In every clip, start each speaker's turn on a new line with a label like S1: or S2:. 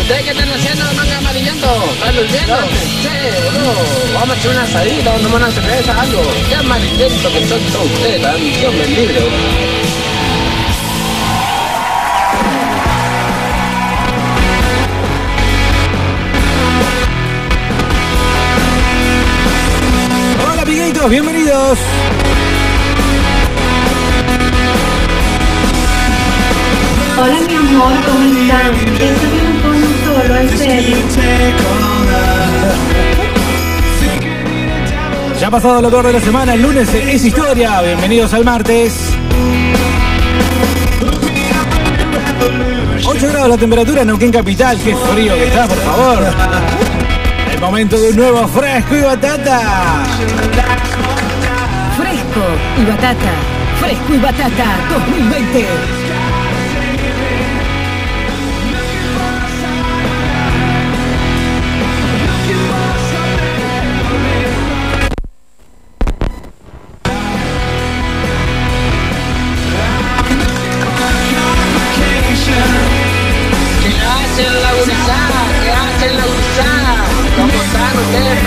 S1: ¿Ustedes qué están haciendo? ¿No andan amarillando? ¿Están durmiendo? Sí, no. Vamos a echar una asadita, vamos a tomar una cerveza, algo. Qué amarillento que son todos ustedes, tan Dios me libre, bro.
S2: Hola piguitos, bienvenidos.
S3: Hola mi amor, ¿cómo están? Pienso que me pongo solo, en serio.
S2: Ya ha pasado lo peor de la semana, el lunes es historia. Bienvenidos al martes. 8 grados la temperatura en Neuquén Capital, qué frío que está, por favor. El momento de un nuevo fresco y batata.
S4: Fresco y batata. Fresco y batata 2020.
S1: ¿Qué hacen la gurizada? ¿Qué hacen la gurizada? ¿Cómo están ustedes?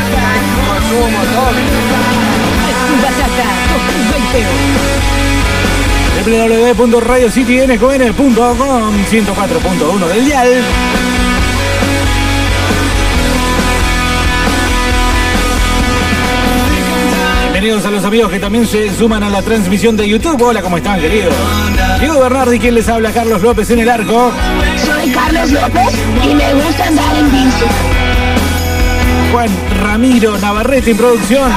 S1: Consumo motor.
S4: Fresco y batata 2020.
S2: www.radiocitynfm.com 104.1 del dial. Bienvenidos a los amigos que también se suman a la transmisión de YouTube. Hola, ¿cómo están, queridos? Diego Bernardi, quien les habla, Carlos López en el arco.
S5: Soy Carlos López y me gusta andar en bici.
S2: Juan Ramiro Navarrete en producción.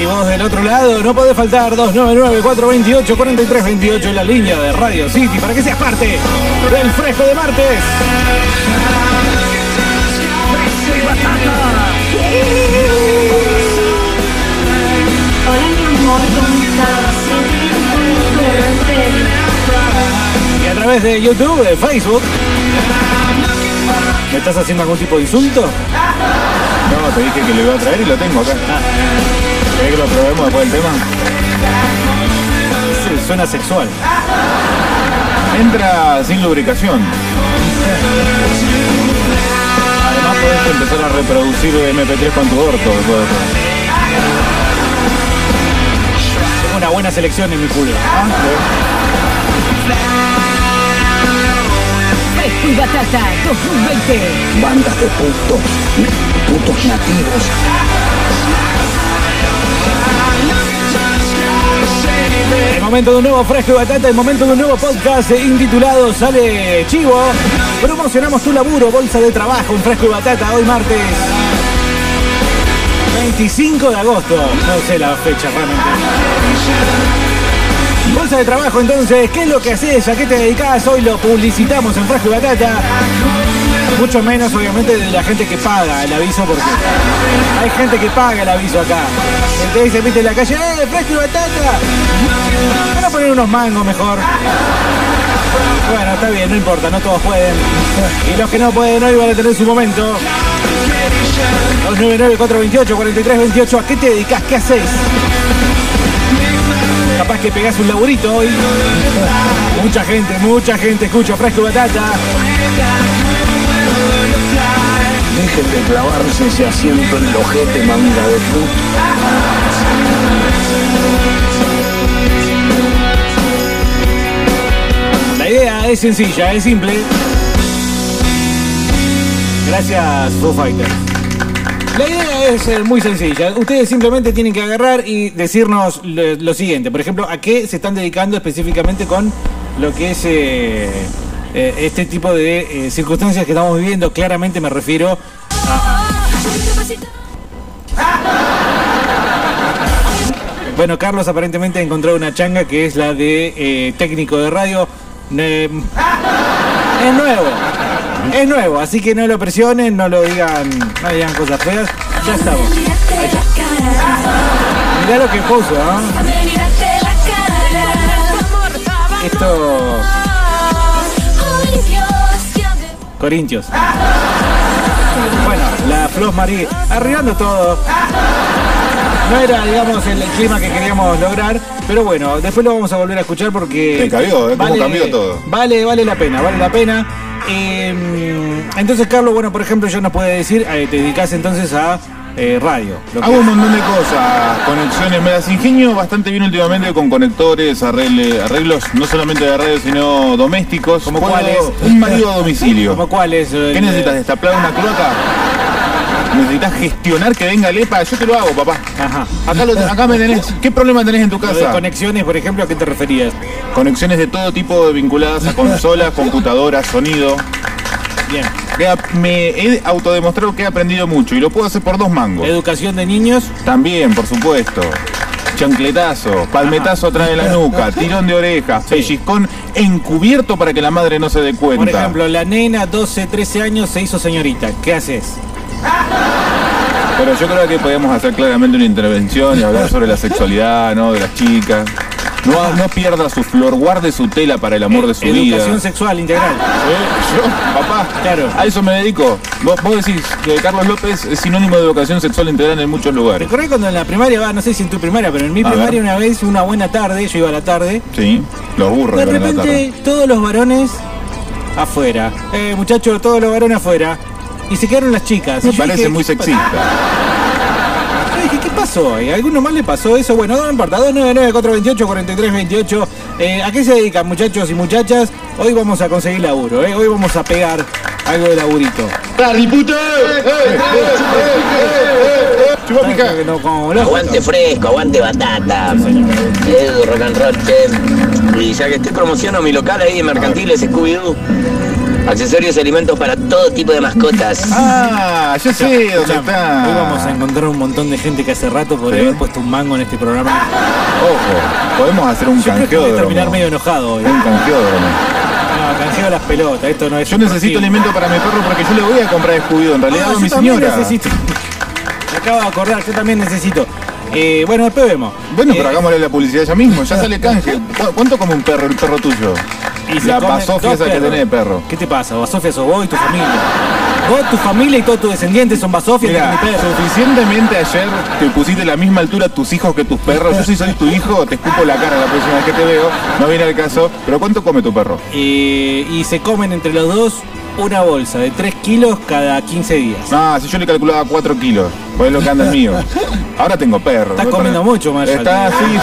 S2: Y vos del otro lado, no podés faltar 299-428-4328 en la línea de Radio City para que seas parte del fresco de martes.
S3: Hola mi amor, ¿cómo están? Pienso que me pongo solo, en serio.
S2: Y a través de YouTube, de Facebook. ¿Me estás haciendo algún tipo de insulto?
S6: No, te dije que lo iba a traer y lo tengo acá. Ah. ¿Querés que lo probemos después del tema?
S2: Sí, suena sexual.
S6: Entra sin lubricación. Además podés empezar a reproducir MP3 con tu orto. todo.
S2: Tengo una buena selección en mi culo.
S6: Ah,
S4: Fresco y batata 2020.
S5: Bandas de putos, putos nativos.
S2: El momento de un nuevo fresco y batata, el momento de un nuevo podcast eh, intitulado Sale Chivo. Promocionamos tu laburo, bolsa de trabajo en fresco y batata hoy martes. 25 de agosto, no sé la fecha realmente. Bolsa de trabajo entonces, ¿qué es lo que haces? ¿A qué te dedicas? Hoy lo publicitamos en fresco y batata. Mucho menos obviamente de la gente que paga el aviso porque hay gente que paga el aviso acá. Que te dice, viste en la calle, ¡eh, fresco y batata! Van a poner unos mangos mejor. Bueno, está bien, no importa, no todos pueden. Y los que no pueden hoy van a tener su momento. 299-428-4328, ¿a qué te dedicas? ¿Qué haces? Capaz que pegás un laburito hoy. Mucha gente, mucha gente escucha Fresco y Batata.
S5: Dejen de clavarse ese asiento en el ojete, manga de puto.
S2: La idea es sencilla, es simple. Gracias, Foo Fighters. La idea es eh, muy sencilla. Ustedes simplemente tienen que agarrar y decirnos lo, lo siguiente. Por ejemplo, a qué se están dedicando específicamente con lo que es eh, eh, este tipo de eh, circunstancias que estamos viviendo. Claramente me refiero Bueno, Carlos aparentemente ha encontrado una changa que es la de eh, técnico de radio. Ne- es nuevo, es nuevo, así que no lo presionen, no lo digan, no digan cosas feas. Ya estamos. Mirá lo que puso, ¿ah? ¿no? Esto, Corintios. Bueno, la Flos Marí, arreglando todo. No era, digamos, el, el clima que queríamos lograr, pero bueno, después lo vamos a volver a escuchar porque.
S6: Te cambió, ¿eh? Cómo cambió todo.
S2: Vale, vale la pena, vale la pena. Eh, entonces, Carlos, bueno, por ejemplo, yo nos puede decir, eh, te dedicas entonces a eh, radio. lo que-
S6: Hago un montón de cosas, conexiones, me las ingenio bastante bien últimamente con conectores, arregle- arreglos no solamente de radio sino domésticos.
S2: ¿Como
S6: Puedo-
S2: cuáles?
S6: Un marido a
S2: ¿Cómo
S6: domicilio.
S2: cuál es? eh,
S6: ¿Qué necesitas? ¿Destaplar una cloaca? ¿Necesitas gestionar que venga Lepa? Yo te lo hago, papá.
S2: Ajá.
S6: Acá, lo- acá me tenés. ¿Qué problema tenés en tu
S2: Lo de
S6: casa?
S2: conexiones, por ejemplo, ¿a qué te referías?
S6: Conexiones de todo tipo vinculadas a consolas, computadoras, sonido.
S2: Bien.
S6: Que ap- Me he autodemostrado que he aprendido mucho y lo puedo hacer por dos mangos.
S2: Educación de niños.
S6: También, por supuesto. Chancletazo, palmetazo atrás de la nuca, tirón de orejas, pellizcón encubierto para que la madre no se dé cuenta.
S2: Por ejemplo, la nena, 12, 13 años, se hizo señorita. ¿Qué haces?
S6: Pero yo creo que podíamos hacer claramente una intervención y hablar sobre la sexualidad, ¿no? De las chicas. No, no pierda su flor, guarde su tela para el amor de su vida.
S2: Eh, Educación sexual integral.
S6: ¿Eh? Yo, papá,
S2: Claro.
S6: a eso me dedico. Vos, vos decís que Carlos López es sinónimo de educación sexual integral en muchos lugares.
S2: ¿Te acordás cuando en la primaria, va, no sé si en tu primaria, pero en mi
S6: A ver.
S2: primaria una vez, una buena tarde, yo iba a la tarde,
S6: Sí, los burros
S2: de
S6: que van a la tarde.
S2: repente todos los varones afuera. Eh, muchachos, todos los varones afuera. Y se quedaron las chicas. Y
S6: Me
S2: yo dije,
S6: parece muy
S2: ¿qué
S6: sexista.
S2: pa- yo dije, ¿qué pasó? ¿A alguno más le pasó eso? Bueno, no importa, 299-428-4328. Eh, ¿A qué se dedican, muchachos y muchachas? Hoy vamos a conseguir laburo, ¿eh? Hoy vamos a pegar algo de laburito.
S6: Chupame,
S2: Creo que no, como loco.
S1: Aguante fresco, aguante batata. Edu, rock and roll, che. Y ya que estoy promociono mi local ahí de mercantiles, Scooby-Doo. Accesorios y alimentos para todo tipo de mascotas.
S6: Ah, ya sé dónde
S2: Escuchame,
S6: está.
S2: Hoy vamos a encontrar un montón de gente que hace rato por
S6: Sí. Ah,
S2: haber puesto un mango en este programa.
S6: Ojo, podemos hacer un
S2: Yo creo que voy a
S6: canjeódromo.
S2: terminar medio enojado hoy. No,
S6: Un canjeódromo.
S2: canjeo las pelotas, esto no es.
S6: Yo necesito
S2: deportivo.
S6: alimento para mi perro porque yo le voy a comprar escubido. En realidad
S2: Ah,
S6: a
S2: yo
S6: mi
S2: también
S6: señora.
S2: necesito. Me acabo de acordar, yo también necesito. Eh, bueno, después vemos.
S6: Bueno,
S2: Eh, Ah.
S6: pero hagámosle la publicidad ya mismo, ya sale canje. ¿Cu- ¿Cuánto come un perro, el perro tuyo?
S2: y se
S6: la
S2: comen
S6: pasofia
S2: dos
S6: esa que
S2: perros.
S6: tenés, perro.
S2: ¿Qué te pasa? Basofia sos vos y tu familia. Vos, tu familia y todos tus descendientes son basofia y
S6: Mira,
S2: mi perro.
S6: suficientemente ayer te pusiste la misma altura a tus hijos que tus perros. Yo si soy tu hijo, te escupo la cara la próxima vez que te veo. No viene al caso. Pero ¿cuánto come tu perro?
S2: Eh, y se comen entre los dos una bolsa de 3 kilos cada 15 días.
S6: Ah, si yo le calculaba 4 kilos, pues es lo que anda el mío. Ahora tengo perro.
S2: Estás
S6: Voy a
S2: comiendo mucho, Marshall.
S6: Está así.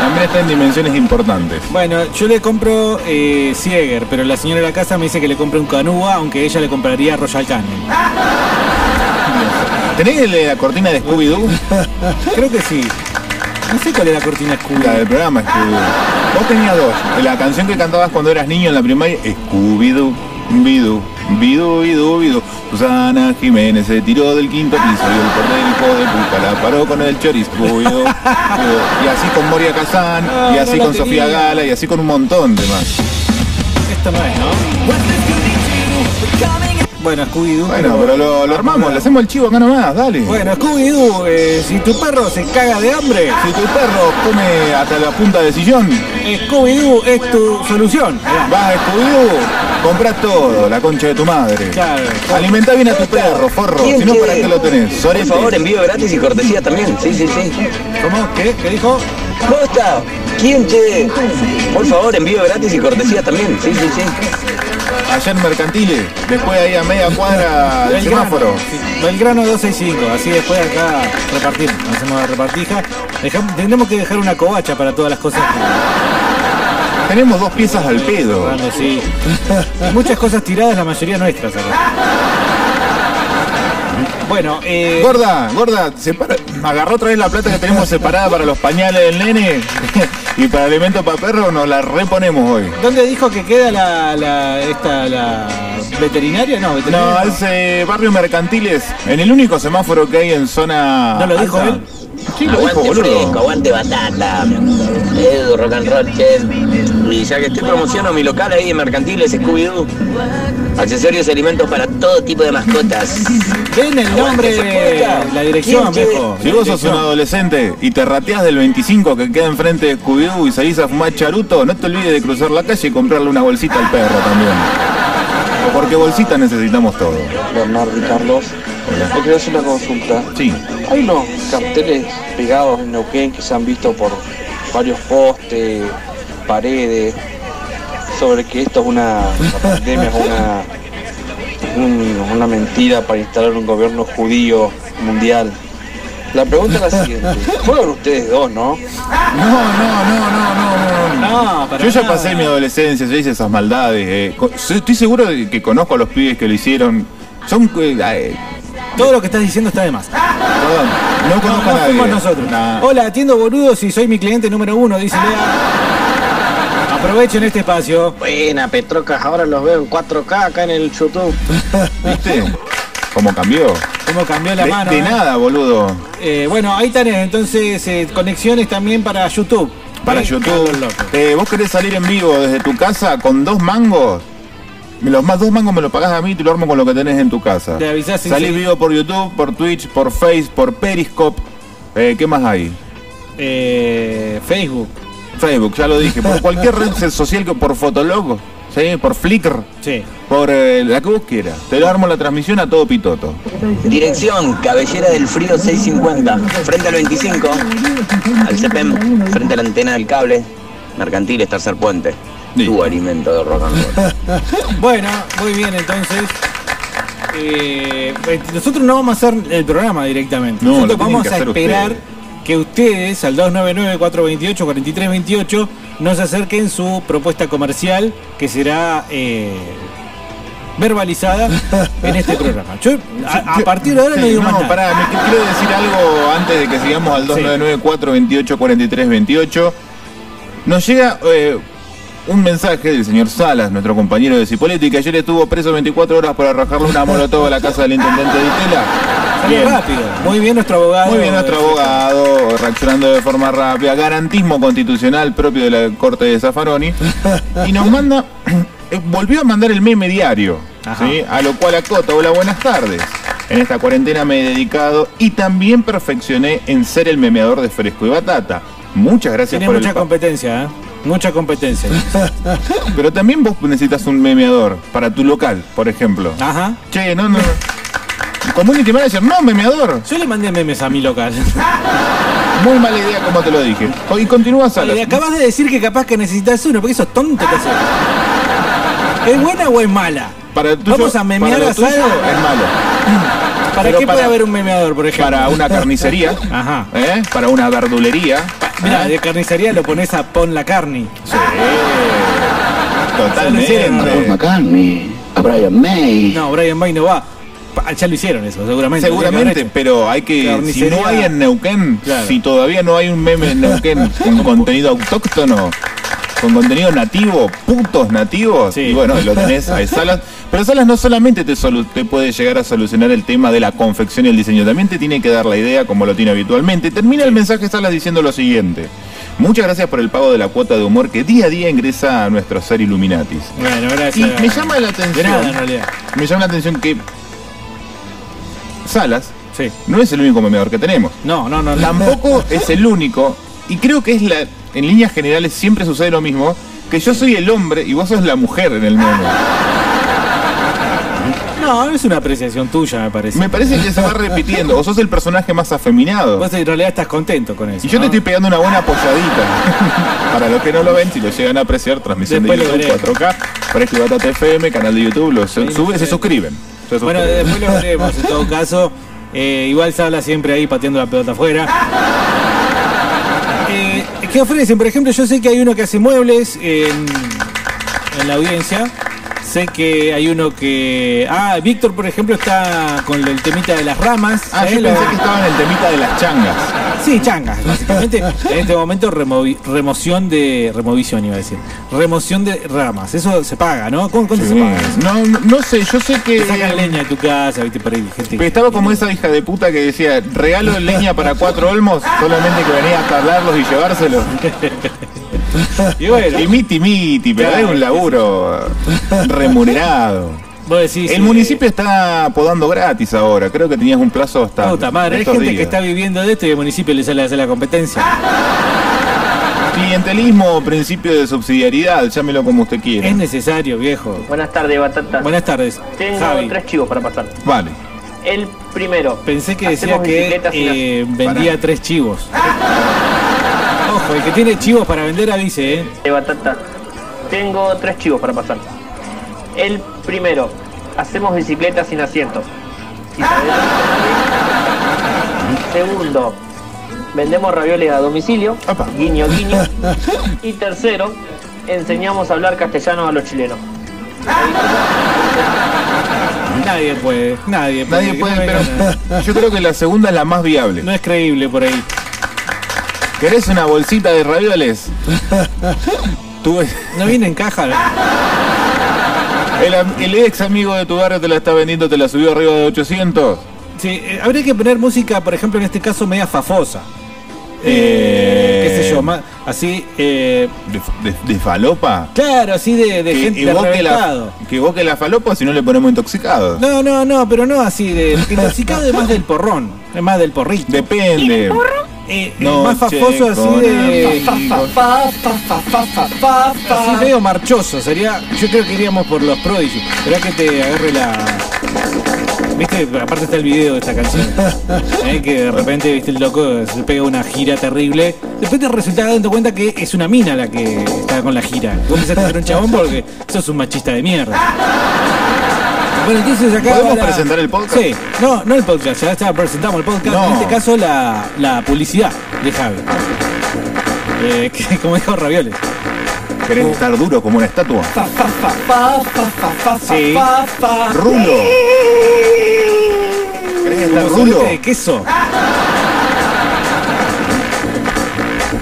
S6: También está en dimensiones importantes.
S2: Bueno, yo le compro eh, Sieger, pero la señora de la casa me dice que le compre un Canúa, aunque ella le compraría Royal Canin.
S6: ¿Tenés el- eh, la cortina de Scooby-Doo?
S2: Creo que sí. No sé cuál es la cortina escura.
S6: La del programa Scooby-Doo. Vos tenías dos. La canción que cantabas cuando eras niño en la primaria, Scooby-Doo, Bidoo, Bidoo, Bidoo, Bidoo. Susana Jiménez se tiró del quinto piso y el cordero hijo de puta la paró con el chorizo. Scooby-Doo, Bidoo. Y así con Moria Kazan, y
S2: no
S6: así
S2: la
S6: con Sofía
S2: tenía.
S6: Gala, y así con un montón de más.
S2: Esto no es, ¿no? Bueno, Scooby-Doo.
S6: Bueno, pero lo, lo armamos, le hacemos el chivo acá nomás, dale.
S2: Bueno, Scooby-Doo, eh, si tu perro se caga de hambre,
S6: Si tu perro come hasta la punta del sillón,
S2: Scooby-Doo es tu solución. Mirá.
S6: vas a Scooby-Doo, compras todo, la concha de tu madre.
S2: Claro.
S6: Alimenta bien a tu perro, forro. Si no, ¿para qué lo tenés?
S1: Por
S6: Sorete.
S1: favor, envío gratis y cortesía también. Sí, sí, sí.
S2: ¿Cómo? ¿Qué? ¿Qué dijo?
S1: ¡Costa! ¿Quién, che? Por favor, envío gratis y cortesía también. Sí, sí, sí.
S6: Allá en Mercantiles, después ahí a media cuadra del semáforo.
S2: sí. Belgrano 265, así después acá repartimos, hacemos la repartija. Dejam- tendremos que dejar una covacha para todas las cosas que
S6: Tenemos dos piezas al pedo.
S2: Bueno, sí. Muchas cosas tiradas, la mayoría nuestras acá. Bueno, eh,
S6: Gorda, gorda, separa- agarró otra vez la plata que tenemos separada para los pañales del nene y para alimento para perro nos la reponemos hoy.
S2: ¿dónde dijo que queda la, la- esta, la veterinaria? No,
S6: No,
S2: veterinaria.
S6: es eh, barrio mercantiles, en el único semáforo que hay en zona.
S2: ¿No lo dijo
S6: alta.
S2: él?
S6: Sí, lo dijo,
S1: Aguante fresco,
S6: boludo.
S1: aguante batata. Edu, rock and roll, che. Y ya que estoy promociono mi local ahí de mercantiles, Scooby-Doo. Accesorios y alimentos para todo tipo de mascotas.
S2: Den el nombre, la dirección,
S1: ¿Quién quiere?
S2: viejo.
S6: Si
S2: la
S6: vos sos un
S2: dirección.
S6: adolescente y te rateás del 25 que queda enfrente de Scooby-Doo y salís a fumar charuto, no te olvides de cruzar la calle y comprarle una bolsita al perro también. Porque bolsita necesitamos todo.
S7: Bernardo y Carlos, yo quiero hacer una consulta.
S6: Sí.
S5: Hay unos carteles pegados en Neuquén que se han visto por varios postes, paredes, sobre que esto es una la pandemia, es una, un- una mentira para instalar un gobierno judío mundial. La pregunta es la siguiente. Juegan ustedes dos, ¿no?
S6: No, no, no, no, no, no.
S2: No, para
S6: Yo ya
S2: nada.
S6: pasé mi adolescencia, yo hice esas maldades. eh. Co- so- Estoy seguro de que conozco a los pibes que lo hicieron. Son. eh, eh,
S2: Todo lo que estás diciendo está de más.
S6: perdón, Ah, no
S2: No,
S6: conozco
S2: no
S6: a nadie.
S2: fuimos nosotros.
S6: Nah.
S2: Hola, atiendo boludos y soy mi cliente número uno, dice Lea. Aprovechen este espacio.
S7: Buena, Petrocas, ahora los veo en 4K acá en el YouTube.
S6: ¿Viste? ¿Cómo cambió?
S2: Cómo cambió la
S6: de,
S2: mano.
S6: de
S2: ¿eh?
S6: nada, boludo.
S2: Eh, bueno, ahí tenés entonces eh, conexiones también para YouTube.
S6: Para
S2: Eh, Carlos
S6: YouTube.
S2: López.
S6: Eh, ¿Vos querés salir en vivo desde tu casa con dos mangos? Me Los más dos mangos me los pagás a mí y te lo armo con lo que tenés en tu casa.
S2: Te avisás sin
S6: Salís
S2: seguir.
S6: vivo por YouTube, por Twitch, por Face, por Periscope. Eh, ¿Qué más hay?
S2: Eh, Facebook.
S6: Facebook, ya lo dije. Por cualquier red social, que por Fotolog, ¿sí? por Flickr,
S2: Sí.
S6: por eh, la que vos quieras. Te lo armo la transmisión a todo pitoto.
S1: Dirección, Cabellera del Frío 650, frente al 25, al CPM, frente a la antena del cable, Mercantiles, Tercer Puente.
S6: Sí.
S1: Tu alimento de rock and roll.
S2: Bueno, muy bien entonces. Eh, eh, nosotros no vamos a hacer el programa directamente.
S6: No, lo
S2: nosotros
S6: tienen
S2: vamos
S6: que
S2: a
S6: hacer
S2: esperar
S6: ustedes.
S2: que ustedes al 299-428-4328 nos acerquen su propuesta comercial que será eh, verbalizada en este programa. Yo a, a
S6: Yo-
S2: partir de ahora
S6: sí,
S2: no digo más nada.
S6: pará, me qu- quiero decir algo antes de que sigamos al 299-428-4328. Nos llega eh, un mensaje del señor Salas, nuestro compañero de Cipolletti, que ayer estuvo preso 24 horas por arrojarle una molotov a la casa del intendente de Itela.
S2: Salió rápido. Muy bien nuestro abogado.
S6: Muy bien, nuestro abogado reaccionando de forma rápida. Garantismo constitucional propio de la corte de Zaffaroni. Y nos manda, eh, volvió a mandar el meme diario.
S2: Ajá.
S6: ¿sí? A lo cual acota, hola, buenas tardes. En esta cuarentena me he dedicado y también perfeccioné en ser el memeador de fresco y batata. Muchas gracias
S2: Tiene
S6: por
S2: mucha
S6: el pa-
S2: competencia, ¿eh? Mucha competencia.
S6: Pero también vos necesitas un memeador para tu local, por ejemplo.
S2: Ajá.
S6: Che, no, no. Community manager, no, memeador.
S2: Yo le mandé memes a mi local.
S6: Muy mala idea, como te lo dije. Y continúa Salas.
S2: Le acabas de decir que capaz que necesitas uno, porque sos tonto que haces. ¿Es buena o es mala?
S6: Para el tuyo,
S2: Vamos a memear
S6: para lo
S2: a
S6: tuyo
S2: Salo.
S6: Es malo.
S2: ¿Para
S6: Pero
S2: qué
S6: para-
S2: puede haber un memeador, por ejemplo?
S6: Para una carnicería.
S2: Ajá.
S6: ¿eh? Para una verdulería.
S2: Mira,
S6: ¿eh?
S2: de carnicería lo pones a pon la carne.
S6: Sí.
S2: hicieron,
S5: Paul
S6: Ah, Totalmente.
S5: McCartney, a Brian May.
S2: No, Brian Bay no va. Pa- Ya lo hicieron eso, seguramente.
S6: Seguramente, pero hay que. Si
S2: Carnicería.
S6: no hay en Neuquén,
S2: Claro.
S6: si todavía no hay un meme en Neuquén con contenido autóctono, con contenido nativo, putos nativos,
S2: Sí.
S6: y bueno, lo tenés a Salas. Pero Salas no solamente te, solu- te puede llegar a solucionar el tema de la confección y el diseño, también te tiene que dar la idea como lo tiene habitualmente. Termina el mensaje Salas diciendo lo siguiente. Muchas gracias por el pago de la cuota de humor que día a día ingresa a nuestro ser Illuminatis.
S2: Bueno,
S6: Y
S2: gracias.
S6: me llama
S2: De
S6: la atención.
S2: nada, en realidad.
S6: Me llama la atención que Salas
S2: Sí.
S6: no es el único memeador que tenemos.
S2: No, no, no. no.
S6: Tampoco es el único. Y creo que es la. En líneas generales siempre sucede lo mismo. Que yo soy el hombre y vos sos la mujer en el meme.
S2: No, es una apreciación tuya, me parece.
S6: Me parece que se va repitiendo. O sos el personaje más afeminado.
S2: Vos en realidad estás contento con eso.
S6: Y yo te
S2: ¿no?
S6: estoy pegando una buena apoyadita. Para los que no lo ven, si lo llegan a apreciar, transmisión
S2: Después lo
S6: de
S2: veré.
S6: YouTube 4K, Fresco y Batata FM, canal de YouTube, lo se-
S2: Sí,
S6: sube-
S2: sí.
S6: se suscriben. Se
S2: Bueno,
S6: suscriben.
S2: después lo veremos en todo caso. Eh, igual se habla siempre ahí pateando la pelota afuera. Eh, ¿Qué ofrecen? Por ejemplo, yo sé que hay uno que hace muebles en, en la audiencia. Sé que hay uno que. Ah, Víctor, por ejemplo, está con el temita de las ramas.
S6: Ah,
S2: ¿sabés?
S6: yo
S2: Lo-
S6: pensé que estaba en el temita de las changas.
S2: Sí, changas, básicamente. En este momento, removi- remoción de. Removición, iba a decir. Remoción de ramas. Eso se paga, ¿no? ¿Cómo- ¿Cuánto se paga? eso?
S6: No, no, no sé, yo sé que.
S2: Te sacan leña de tu casa, viste, por ahí, gente.
S6: Pero estaba como esa hija de puta que decía, regalo leña para cuatro olmos, solamente que venía a hablarlos y llevárselos.
S2: Y bueno.
S6: Y miti miti, pero
S2: Claro.
S6: es un laburo remunerado.
S2: Vos decís,
S6: El
S2: eh,
S6: municipio está podando gratis ahora, creo que tenías un plazo hasta.
S2: puta madre, hay
S6: estos
S2: gente que
S6: días. Ah,
S2: está viviendo de esto y el municipio le sale a hacer la competencia.
S6: Clientelismo, principio de subsidiariedad, llámelo como usted quiera.
S2: Es necesario, viejo.
S7: Buenas tardes, Batata.
S2: Buenas tardes.
S7: Tengo
S2: Javi.
S7: tres chivos para pasar.
S6: Vale.
S8: el primero.
S2: Pensé que decía
S8: Hacemos
S2: que
S8: bicicletas y
S2: eh, vendía
S6: Pará. Ah.
S2: tres chivos. Ojo, el que tiene chivos para vender avise, ¿eh?
S8: de batata. Tengo tres chivos para pasar. El primero, hacemos bicicletas sin asiento. Si sabés. Segundo, vendemos ravioles a domicilio.
S6: Apa.
S8: Guiño, guiño. Y tercero, enseñamos a hablar castellano a los chilenos.
S2: Nadie puede, nadie puede.
S6: Nadie
S2: que
S6: puede,
S2: no venga nada.
S6: pero yo creo que la segunda es la más viable.
S2: No es creíble por ahí.
S6: ¿Querés una bolsita de ravioles? Tú,
S2: No viene en caja.
S6: el, am- el ex amigo de tu barrio te la está vendiendo, te la subió arriba de 800.
S2: Sí, eh, habría que poner música, por ejemplo, en este caso, media fafosa.
S6: Eh,
S2: qué sé yo, más, así, eh,
S6: De, de- de falopa.
S2: claro, así de, de gente de
S6: evoque
S2: arrebatado.
S6: la, que evoque la falopa si no le ponemos intoxicado.
S2: No, no, no, pero no así de. porque Intoxicado es más del porrón, es más del porrito.
S6: Depende.
S2: Eh, es
S6: No,
S2: más
S6: che,
S2: fafoso así
S6: con
S2: de.
S6: amigos.
S2: Así medio marchoso, sería. Yo creo que iríamos por los Prodigy. Esperá que te agarre la. Viste, aparte está el video de esta canción. Eh, Que de repente, viste, el loco se pega una gira terrible. Después te resulta dando cuenta que es una mina la que está con la gira. Vos pensaste que era un chabón porque sos un machista de mierda. Bueno, entonces acá.
S6: ¿Podemos
S2: va la-
S6: presentar el podcast?
S2: Sí, no, no el podcast, ya, ya presentamos el podcast.
S6: No.
S2: En este caso, la, la publicidad de Javi. Eh, que, como dijo Ravioles.
S6: ¿Querés estar duro como una estatua?
S2: Sí.
S6: ¡Rulo! ¿Querés estar
S2: Como
S6: rulo?
S2: sorbete de queso.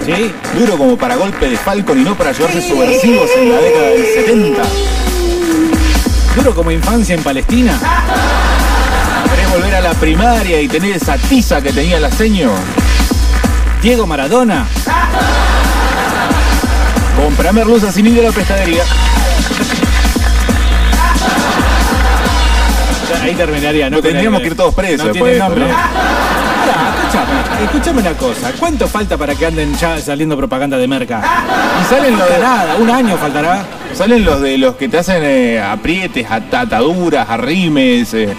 S2: Sí.
S6: Duro como para golpe de Falcon y no para llevarse subversivos en la década del 70.
S2: Duro como infancia en Palestina.
S6: ¿Querés volver a la primaria y tener esa tiza que tenía el aceño?
S2: Diego Maradona.
S6: Comprame merluza sin ir a la pescadería.
S2: Ahí terminaría, ¿no?
S6: Lo tendríamos que ir todos presos
S2: No
S6: después
S2: tiene
S6: de esto,
S2: nombre. Pará, escúchame, escúchame una cosa. ¿Cuánto falta para que anden ya saliendo propaganda de merca?
S6: Y salen los,
S2: Falta nada, un año faltará.
S6: salen los de los que te hacen eh, aprietes, at- ataduras, arrimes. eh.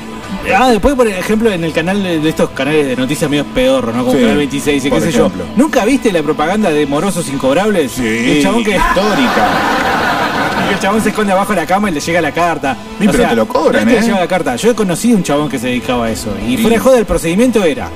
S2: Ah, después, por ejemplo, en el canal de de estos canales de noticias medio pedorro, ¿no? Como
S6: Sí,
S2: Canal 26 y qué
S6: por
S2: sé yo.
S6: ejemplo.
S2: ¿Nunca viste la propaganda de morosos incobrables? El chabón que,
S6: histórica.
S2: que el chabón se esconde abajo de la cama y le llega la carta.
S6: Sí, pero te lo cobran,
S2: no es que
S6: ¿eh?
S2: le llega la carta. Yo he conocido un chabón que se dedicaba a eso. Y
S6: Sí.
S2: fuera de joda, el procedimiento era...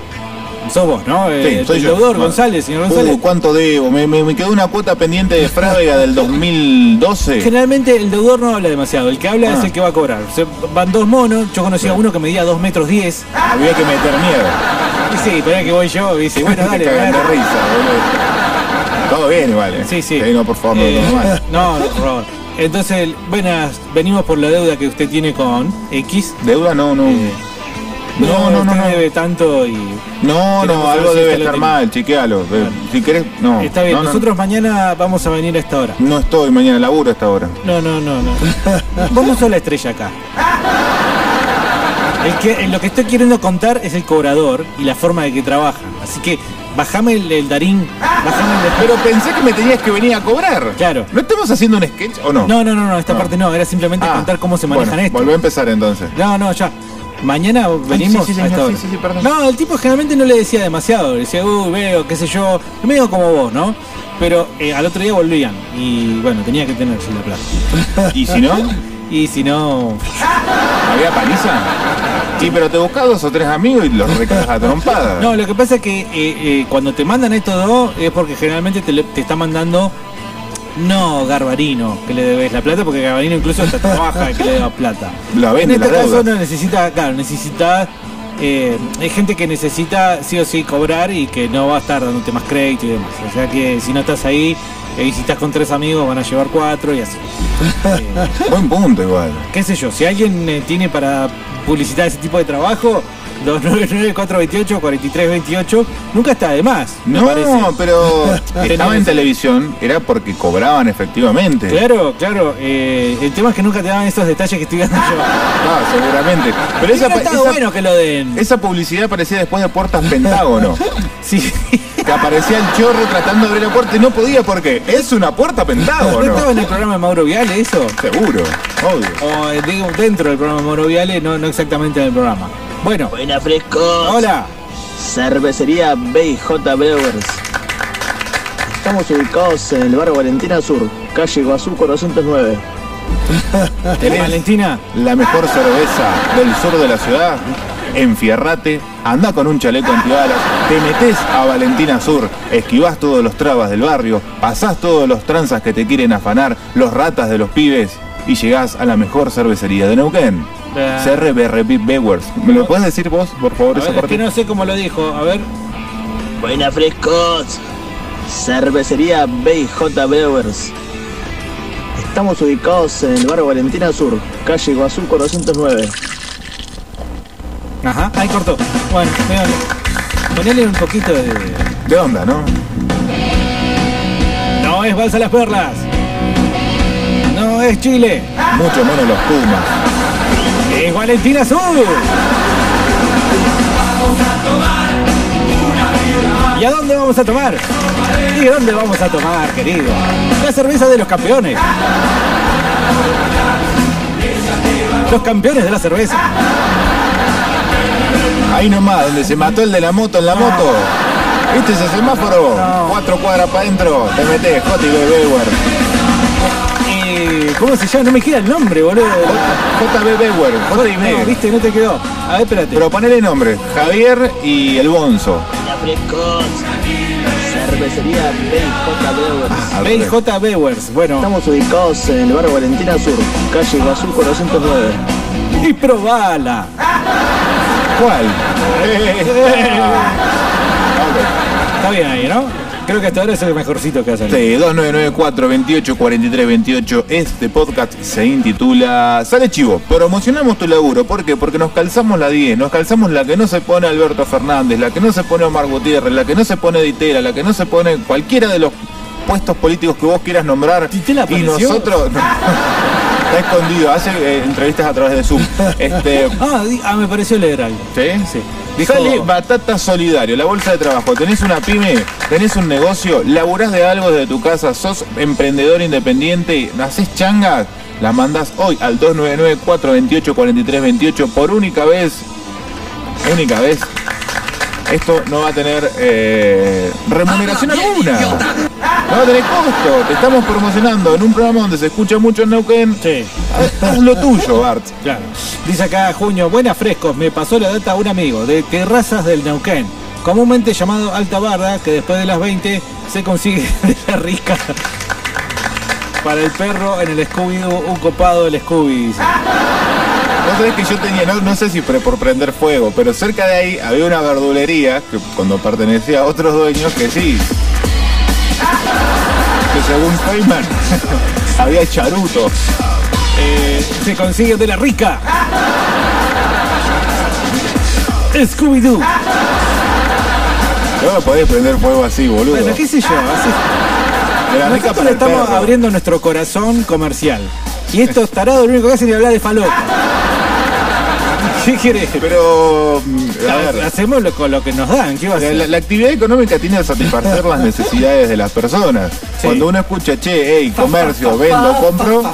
S2: Sos vos, ¿no?
S6: Sí,
S2: Eh,
S6: soy
S2: el
S6: yo.
S2: deudor,
S6: Bueno.
S2: González, señor
S6: Uh,
S2: González.
S6: ¿Cuánto debo? Me, me- me quedó una cuota pendiente de Frávega del 2012.
S2: Generalmente el deudor no habla demasiado, el que habla es
S6: Ah.
S2: el que va a cobrar. Se- van dos monos, yo conocía a uno que medía 2 metros 10.
S6: Había que meter miedo.
S2: Y sí, pero que voy yo, y dice, bueno,
S6: Te
S2: dale,
S6: cagan de
S2: dale.
S6: risa, boludo. Todo bien, vale.
S2: Sí, sí.
S6: no, por favor, no,
S2: Eh,
S6: normal.
S2: No, por favor. Entonces, el- buenas, venimos por la deuda que usted tiene con X.
S6: Deuda no, no. no, no, no,
S2: usted
S6: no.
S2: debe tanto y
S6: No,
S2: Queremos
S6: no,
S2: saber
S6: algo
S2: si
S6: debe
S2: usted lo
S6: estar
S2: tiene.
S6: mal, chequealo. Eh, Si querés, no.
S2: está bien.
S6: No, no,
S2: Nosotros mañana vamos a venir a esta hora.
S6: No estoy mañana, laburo a esta hora.
S2: No, no, no, no. Vos no sos la estrella acá. El que, eh, lo que estoy queriendo contar es el cobrador y la forma de que trabajan. Así que bajame el, el darín, bajame el de-
S6: Pero pensé que me tenías que venir a cobrar.
S2: Claro.
S6: ¿No estamos haciendo un sketch o no?
S2: No, no, no, no, esta
S6: No.
S2: parte no, era simplemente
S6: Ah,
S2: contar cómo se manejan
S6: bueno,
S2: esto.
S6: Volvé a empezar entonces.
S2: No, no, ya. Mañana venimos
S6: sí, sí,
S2: a esta
S6: señor,
S2: hora.
S6: sí, sí, sí, perdón.
S2: No, el tipo generalmente no le decía demasiado. Le decía, uy, veo, qué sé yo. Medio como vos, ¿no? Pero eh, al otro día volvían. Y bueno, tenía que tener sí, la plata.
S6: ¿Y si no?
S2: Y si no.
S6: ¿Había paliza? Sí, pero te buscás dos o tres amigos y los recagas a trompada.
S2: No, lo que pasa es que eh, eh, cuando te mandan estos dos es porque generalmente te, lo- te está mandando. No, Garbarino, que le debes la plata, porque Garbarino incluso hasta trabaja que le deba plata.
S6: La
S2: En
S6: vende
S2: este
S6: la
S2: caso
S6: deuda.
S2: no necesita, claro, necesita. eh, hay gente que necesita sí o sí cobrar y que no va a estar dándote más crédito y demás. O sea que si no estás ahí eh, y si estás con tres amigos van a llevar cuatro y así. Eh,
S6: Buen punto igual.
S2: qué sé yo, si alguien eh, tiene para publicitar ese tipo de trabajo, 299-428-4328, nunca está de más. me
S6: No,
S2: parece.
S6: pero
S2: Tenía
S6: estaba
S2: que
S6: en
S2: ser.
S6: televisión, era porque cobraban efectivamente.
S2: Claro, claro. eh, el tema es que nunca te dan esos detalles que estoy dando yo.
S6: Ah, seguramente. Pero esa,
S2: Hubiera
S6: pa-
S2: estado
S6: esa-
S2: bueno que lo den.
S6: esa publicidad aparecía después de Puertas Pentágono.
S2: Sí.
S6: que aparecía el chorro tratando de abrir la puerta y no podía porque es una puerta
S2: ¿No estaba
S6: Pentágono.
S2: en el programa de Mauro Viale eso?
S6: Seguro, obvio.
S2: O eh, digo, dentro del programa de Mauro Viale, no, no exactamente en el programa. Bueno,
S1: Buena fresco.
S2: hola.
S7: Cervecería BJ Brewers. Estamos ubicados en el barrio Valentina Sur, calle Guazú 409.
S6: ¿Tenés
S2: Valentina.
S6: la mejor cerveza del sur de la ciudad? Enfierrate, anda con un chaleco antibalas, te metes a Valentina Sur, esquivás todos los trabas del barrio, pasás todos los tranzas que te quieren afanar, los ratas de los pibes y llegás a la mejor cervecería de Neuquén.
S2: Eh.
S6: CRBR Big Bewers. ¿Me lo puedes decir vos, por favor,
S2: A
S6: esa
S2: ver, es que
S6: parte?
S2: no sé cómo lo dijo. A ver.
S1: Buena frescos.
S7: Cervecería BJ Brewers. Estamos ubicados en el barrio Valentina Sur, calle Guazú 409.
S2: Ajá. Ahí cortó. Bueno, pegale. Ponele un poquito de.
S6: De onda, ¿no?
S2: No es Balsa las Perlas. No es Chile.
S6: Mucho menos los Pumas.
S2: Es Valentina Sur. ¿Y a dónde vamos a tomar? ¿Y dónde vamos a tomar, querido? La cerveza de los campeones. Los campeones de la cerveza.
S6: Ahí nomás, donde se mató el de la moto en la moto. ¿Viste ese semáforo?
S2: No.
S6: Cuatro cuadras para adentro, te metes, Joti Big Bewers.
S2: Y, ¿Cómo se llama? No me queda el nombre, boludo.
S6: JB Bewer,
S2: No,
S6: JB.
S2: viste, no te quedó. A ver, espérate.
S6: Pero ponele nombre, Javier y el Bonzo.
S1: Buena frescos.
S7: Cervecería BJ Brewers.
S6: Al revés.
S2: BJ Bewers. Bueno,
S7: Estamos ubicados en el barrio Valentina Sur, calle Guazú 409.
S2: y probala.
S6: ¿Cuál? Esta.
S2: Está bien ahí, ¿no? Creo que hasta ahora es el mejorcito que ha salido.
S6: Este, 2994-284328. Este podcast se intitula Sale Chivo. Promocionamos tu laburo. ¿Por qué? Porque nos calzamos la 10. Nos calzamos la que no se pone Alberto Fernández, la que no se pone Omar Gutiérrez, la que no se pone Ditera, la que no se pone cualquiera de los puestos políticos que vos quieras nombrar.
S2: ¿Ditela
S6: y
S2: apareció?
S6: nosotros. Está escondido, hace eh, entrevistas a través de Zoom. Este,
S2: Ah, di- ah, me pareció leer algo.
S6: ¿Sí?
S2: Sí. Dijo-
S6: Sale Batata Solidario, la bolsa de trabajo. ¿Tenés una pyme? ¿Tenés un negocio? ¿Laburás de algo desde tu casa? ¿Sos emprendedor independiente? ¿Haces changas? La mandás hoy al 299-428-4328 por única vez. Única vez. Esto no va a tener eh, remuneración alguna. No va a tener costo. Te estamos promocionando en un programa donde se escucha mucho en Neuquén.
S2: Sí,
S6: Haz- Haz lo tuyo, Bart.
S2: claro. Dice acá Junio, buenas frescos, me pasó la data un amigo de Terrazas del Neuquén, comúnmente llamado Alta Barda, que después de las 20 se consigue de la rica. Para el perro en el scooby un copado del Scooby. dice.
S6: Vos sabés que yo tenía, no, no sé si pre- por prender fuego, pero cerca de ahí había una verdulería que cuando pertenecía a otros dueños que sí. Que según Feynman había charuto.
S2: Se consigue de la rica. Scooby-Doo.
S6: No me podés prender fuego así, boludo.
S2: Bueno, qué sé yo, así-
S6: De la rica
S2: Nosotros
S6: para
S2: le
S6: el
S2: estamos
S6: perro.
S2: abriendo nuestro corazón comercial. Y estos tarados lo único que hacen es hablar de falopa. ¿Qué querés?
S6: Pero, mm, a ver,
S2: Hacemos lo, con lo que nos dan, ¿qué va a
S6: La,
S2: hacer?
S6: la- la actividad económica tiene que satisfacer las necesidades de las personas. Cuando uno escucha, che, hey, comercio, vendo, compro,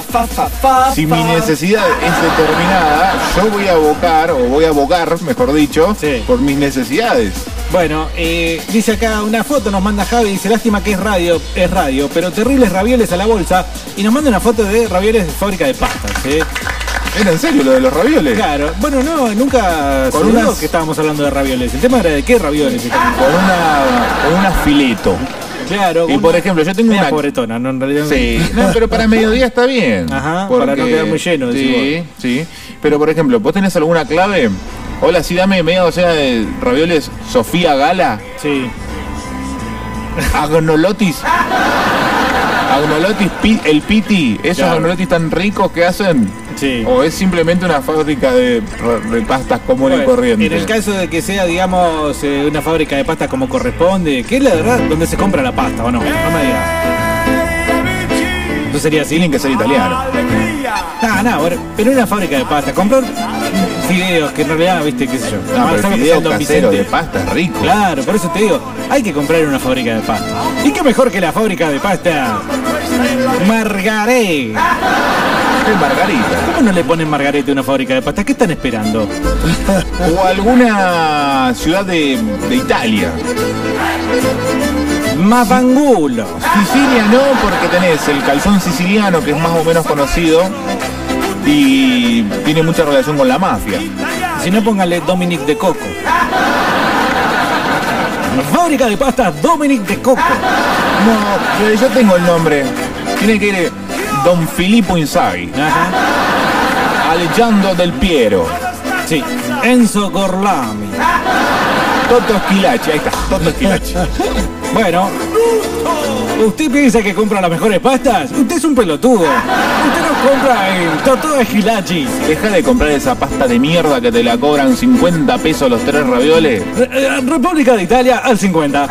S6: si mi necesidad es determinada, yo voy a abocar, o voy a abogar, mejor dicho,
S2: Sí.
S6: por mis necesidades.
S2: Bueno, eh, dice acá una foto, nos manda Javi, dice, lástima que es radio, es radio, pero terribles ravioles a la bolsa. Y nos manda una foto de ravioles de fábrica de pastas, ¿eh?
S6: ¿Era en serio lo de los ravioles?
S2: Claro, bueno, no, nunca
S6: Con
S2: se habló
S6: unas-
S2: que estábamos hablando de ravioles. El tema era de qué ravioles.
S6: Con una, con un afileto.
S2: Claro.
S6: Y
S2: una-
S6: por ejemplo, yo tengo
S2: media
S6: una...
S2: pobretona, ¿no? En realidad.
S6: Sí, no, pero para mediodía está bien.
S2: Ajá, para no quedar muy lleno, decís
S6: Sí, sí. Pero por ejemplo, ¿vos tenés alguna clave? Hola, sí, dame media docena de ravioles Sofía Gala,
S2: Sí.
S6: Agnolotis. Agnolotis, Pi- el Piti, esos
S2: Claro.
S6: agnolotis tan ricos que hacen.
S2: Sí.
S6: O es simplemente una fábrica de, ra- de pastas común y
S2: Bueno,
S6: corriente.
S2: En el caso de que sea, digamos, eh, una fábrica de pasta como corresponde, que es la verdad donde se compra la pasta, ¿o no? No me digas. Eso sería así.
S6: Tienen que ser italianos.
S2: Ah, no, bueno, pero una fábrica de pasta, comprar fideos, que en realidad, viste, qué sé yo.
S6: No, pero
S2: Salvo
S6: el
S2: que
S6: fideo
S2: sean Don
S6: casero
S2: Vicente.
S6: de pasta es rico.
S2: Claro, por eso te digo, hay que comprar en una fábrica de pasta. ¿Y qué mejor que la fábrica de pasta? Margaré.
S6: de margarita.
S2: ¿Cómo no le ponen Margarete a una fábrica de pastas? ¿Qué están esperando?
S6: O alguna ciudad de, de Italia.
S2: Mapangulo.
S6: Sicilia no, porque tenés el calzón siciliano, que es más o menos conocido, y tiene mucha relación con la mafia.
S2: Si no, póngale Dominic de Coco. Fábrica de pastas Dominic de Coco.
S6: No, eh, yo tengo el nombre. Tiene que ir eh, Don Filippo Inzaghi,
S2: Ajá.
S6: Alejandro del Piero,
S2: Sí. Enzo Gorlami.
S6: Toto Esquilache, ahí está, Toto Esquilache.
S2: Bueno. ¿Usted piensa que compra las mejores pastas? Usted es un pelotudo. Usted no compra en Totó de Gilachi.
S6: Deja de comprar esa pasta de mierda que te la cobran 50 pesos los tres ravioles.
S2: Re- eh, República de Italia al 50.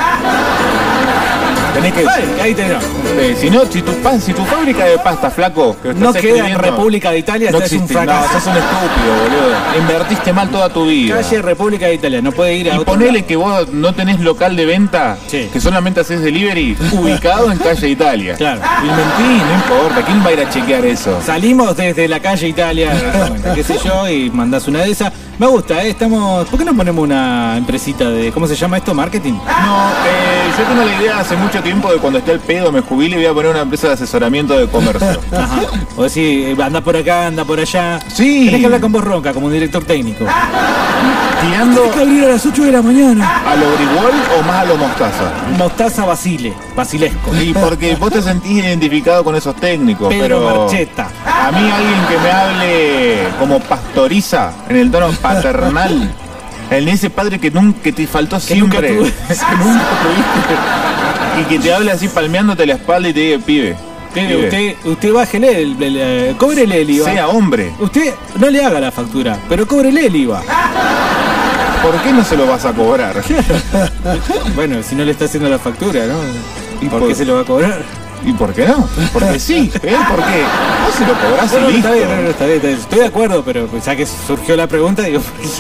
S6: Tenés que.
S2: Ay, ahí tenés.
S6: Eh, si no, si tu, pa- si tu fábrica de pasta, flaco, que
S2: No
S6: estás
S2: queda en
S6: escribiendo,
S2: República de Italia,
S6: no
S2: estás un
S6: existe.
S2: fracaso.
S6: No, sos un estúpido, boludo. Invertiste mal toda tu vida.
S2: Calle República de Italia, no puede ir a
S6: Y
S2: otro
S6: ponele que vos no tenés local de venta,
S2: Sí.
S6: que solamente haces delivery, ubicado en calle Italia.
S2: Claro.
S6: Y mentí, no importa, ¿quién va a ir a chequear eso?
S2: Salimos desde la calle Italia, qué sé yo, y mandás una de esas. Me gusta, ¿eh? Estamos... ¿Por qué no ponemos una empresita de... ¿Cómo se llama esto? ¿Marketing?
S6: No, eh, yo tengo la idea hace mucho tiempo de cuando esté al pedo, me jubile y voy a poner una empresa de asesoramiento de comercio.
S2: Ajá. O decir, anda por acá, anda por allá.
S6: Sí.
S2: Tenés que hablar con vos ronca, como un director técnico.
S6: Tirando
S2: abrir a las 8 de la mañana.
S6: a lo grigol o más a lo mostaza.
S2: Mostaza Basile, Basilesco.
S6: Y porque vos te sentís identificado con esos técnicos,
S2: Pedro
S6: pero
S2: Marchetta.
S6: a mí alguien que me hable como pastoriza, en el tono paternal, en ese padre que nunca que te faltó
S2: nunca
S6: siempre,
S2: tuve.
S6: que nunca tuviste, y que te hable así palmeándote la espalda y te diga, pibe,
S2: Usted,
S6: pibe,
S2: usted, usted bájele, el, el, eh, cóbrele el IVA.
S6: sea hombre,
S2: Usted no le haga la factura, pero cóbrele el IVA.
S6: ¿por qué no se lo vas a cobrar?
S2: Bueno, si no le está haciendo la factura, ¿no?
S6: ¿Y
S2: ¿Por
S6: por-
S2: qué se lo va a cobrar?
S6: ¿Y por qué no? Porque sí, ¿eh? ¿Por qué? Vos se lo cobrás
S2: No, no,
S6: y listo.
S2: Ah, está bien, no, no, está bien, está bien. Estoy de acuerdo, pero pues, ya que surgió la pregunta, digo,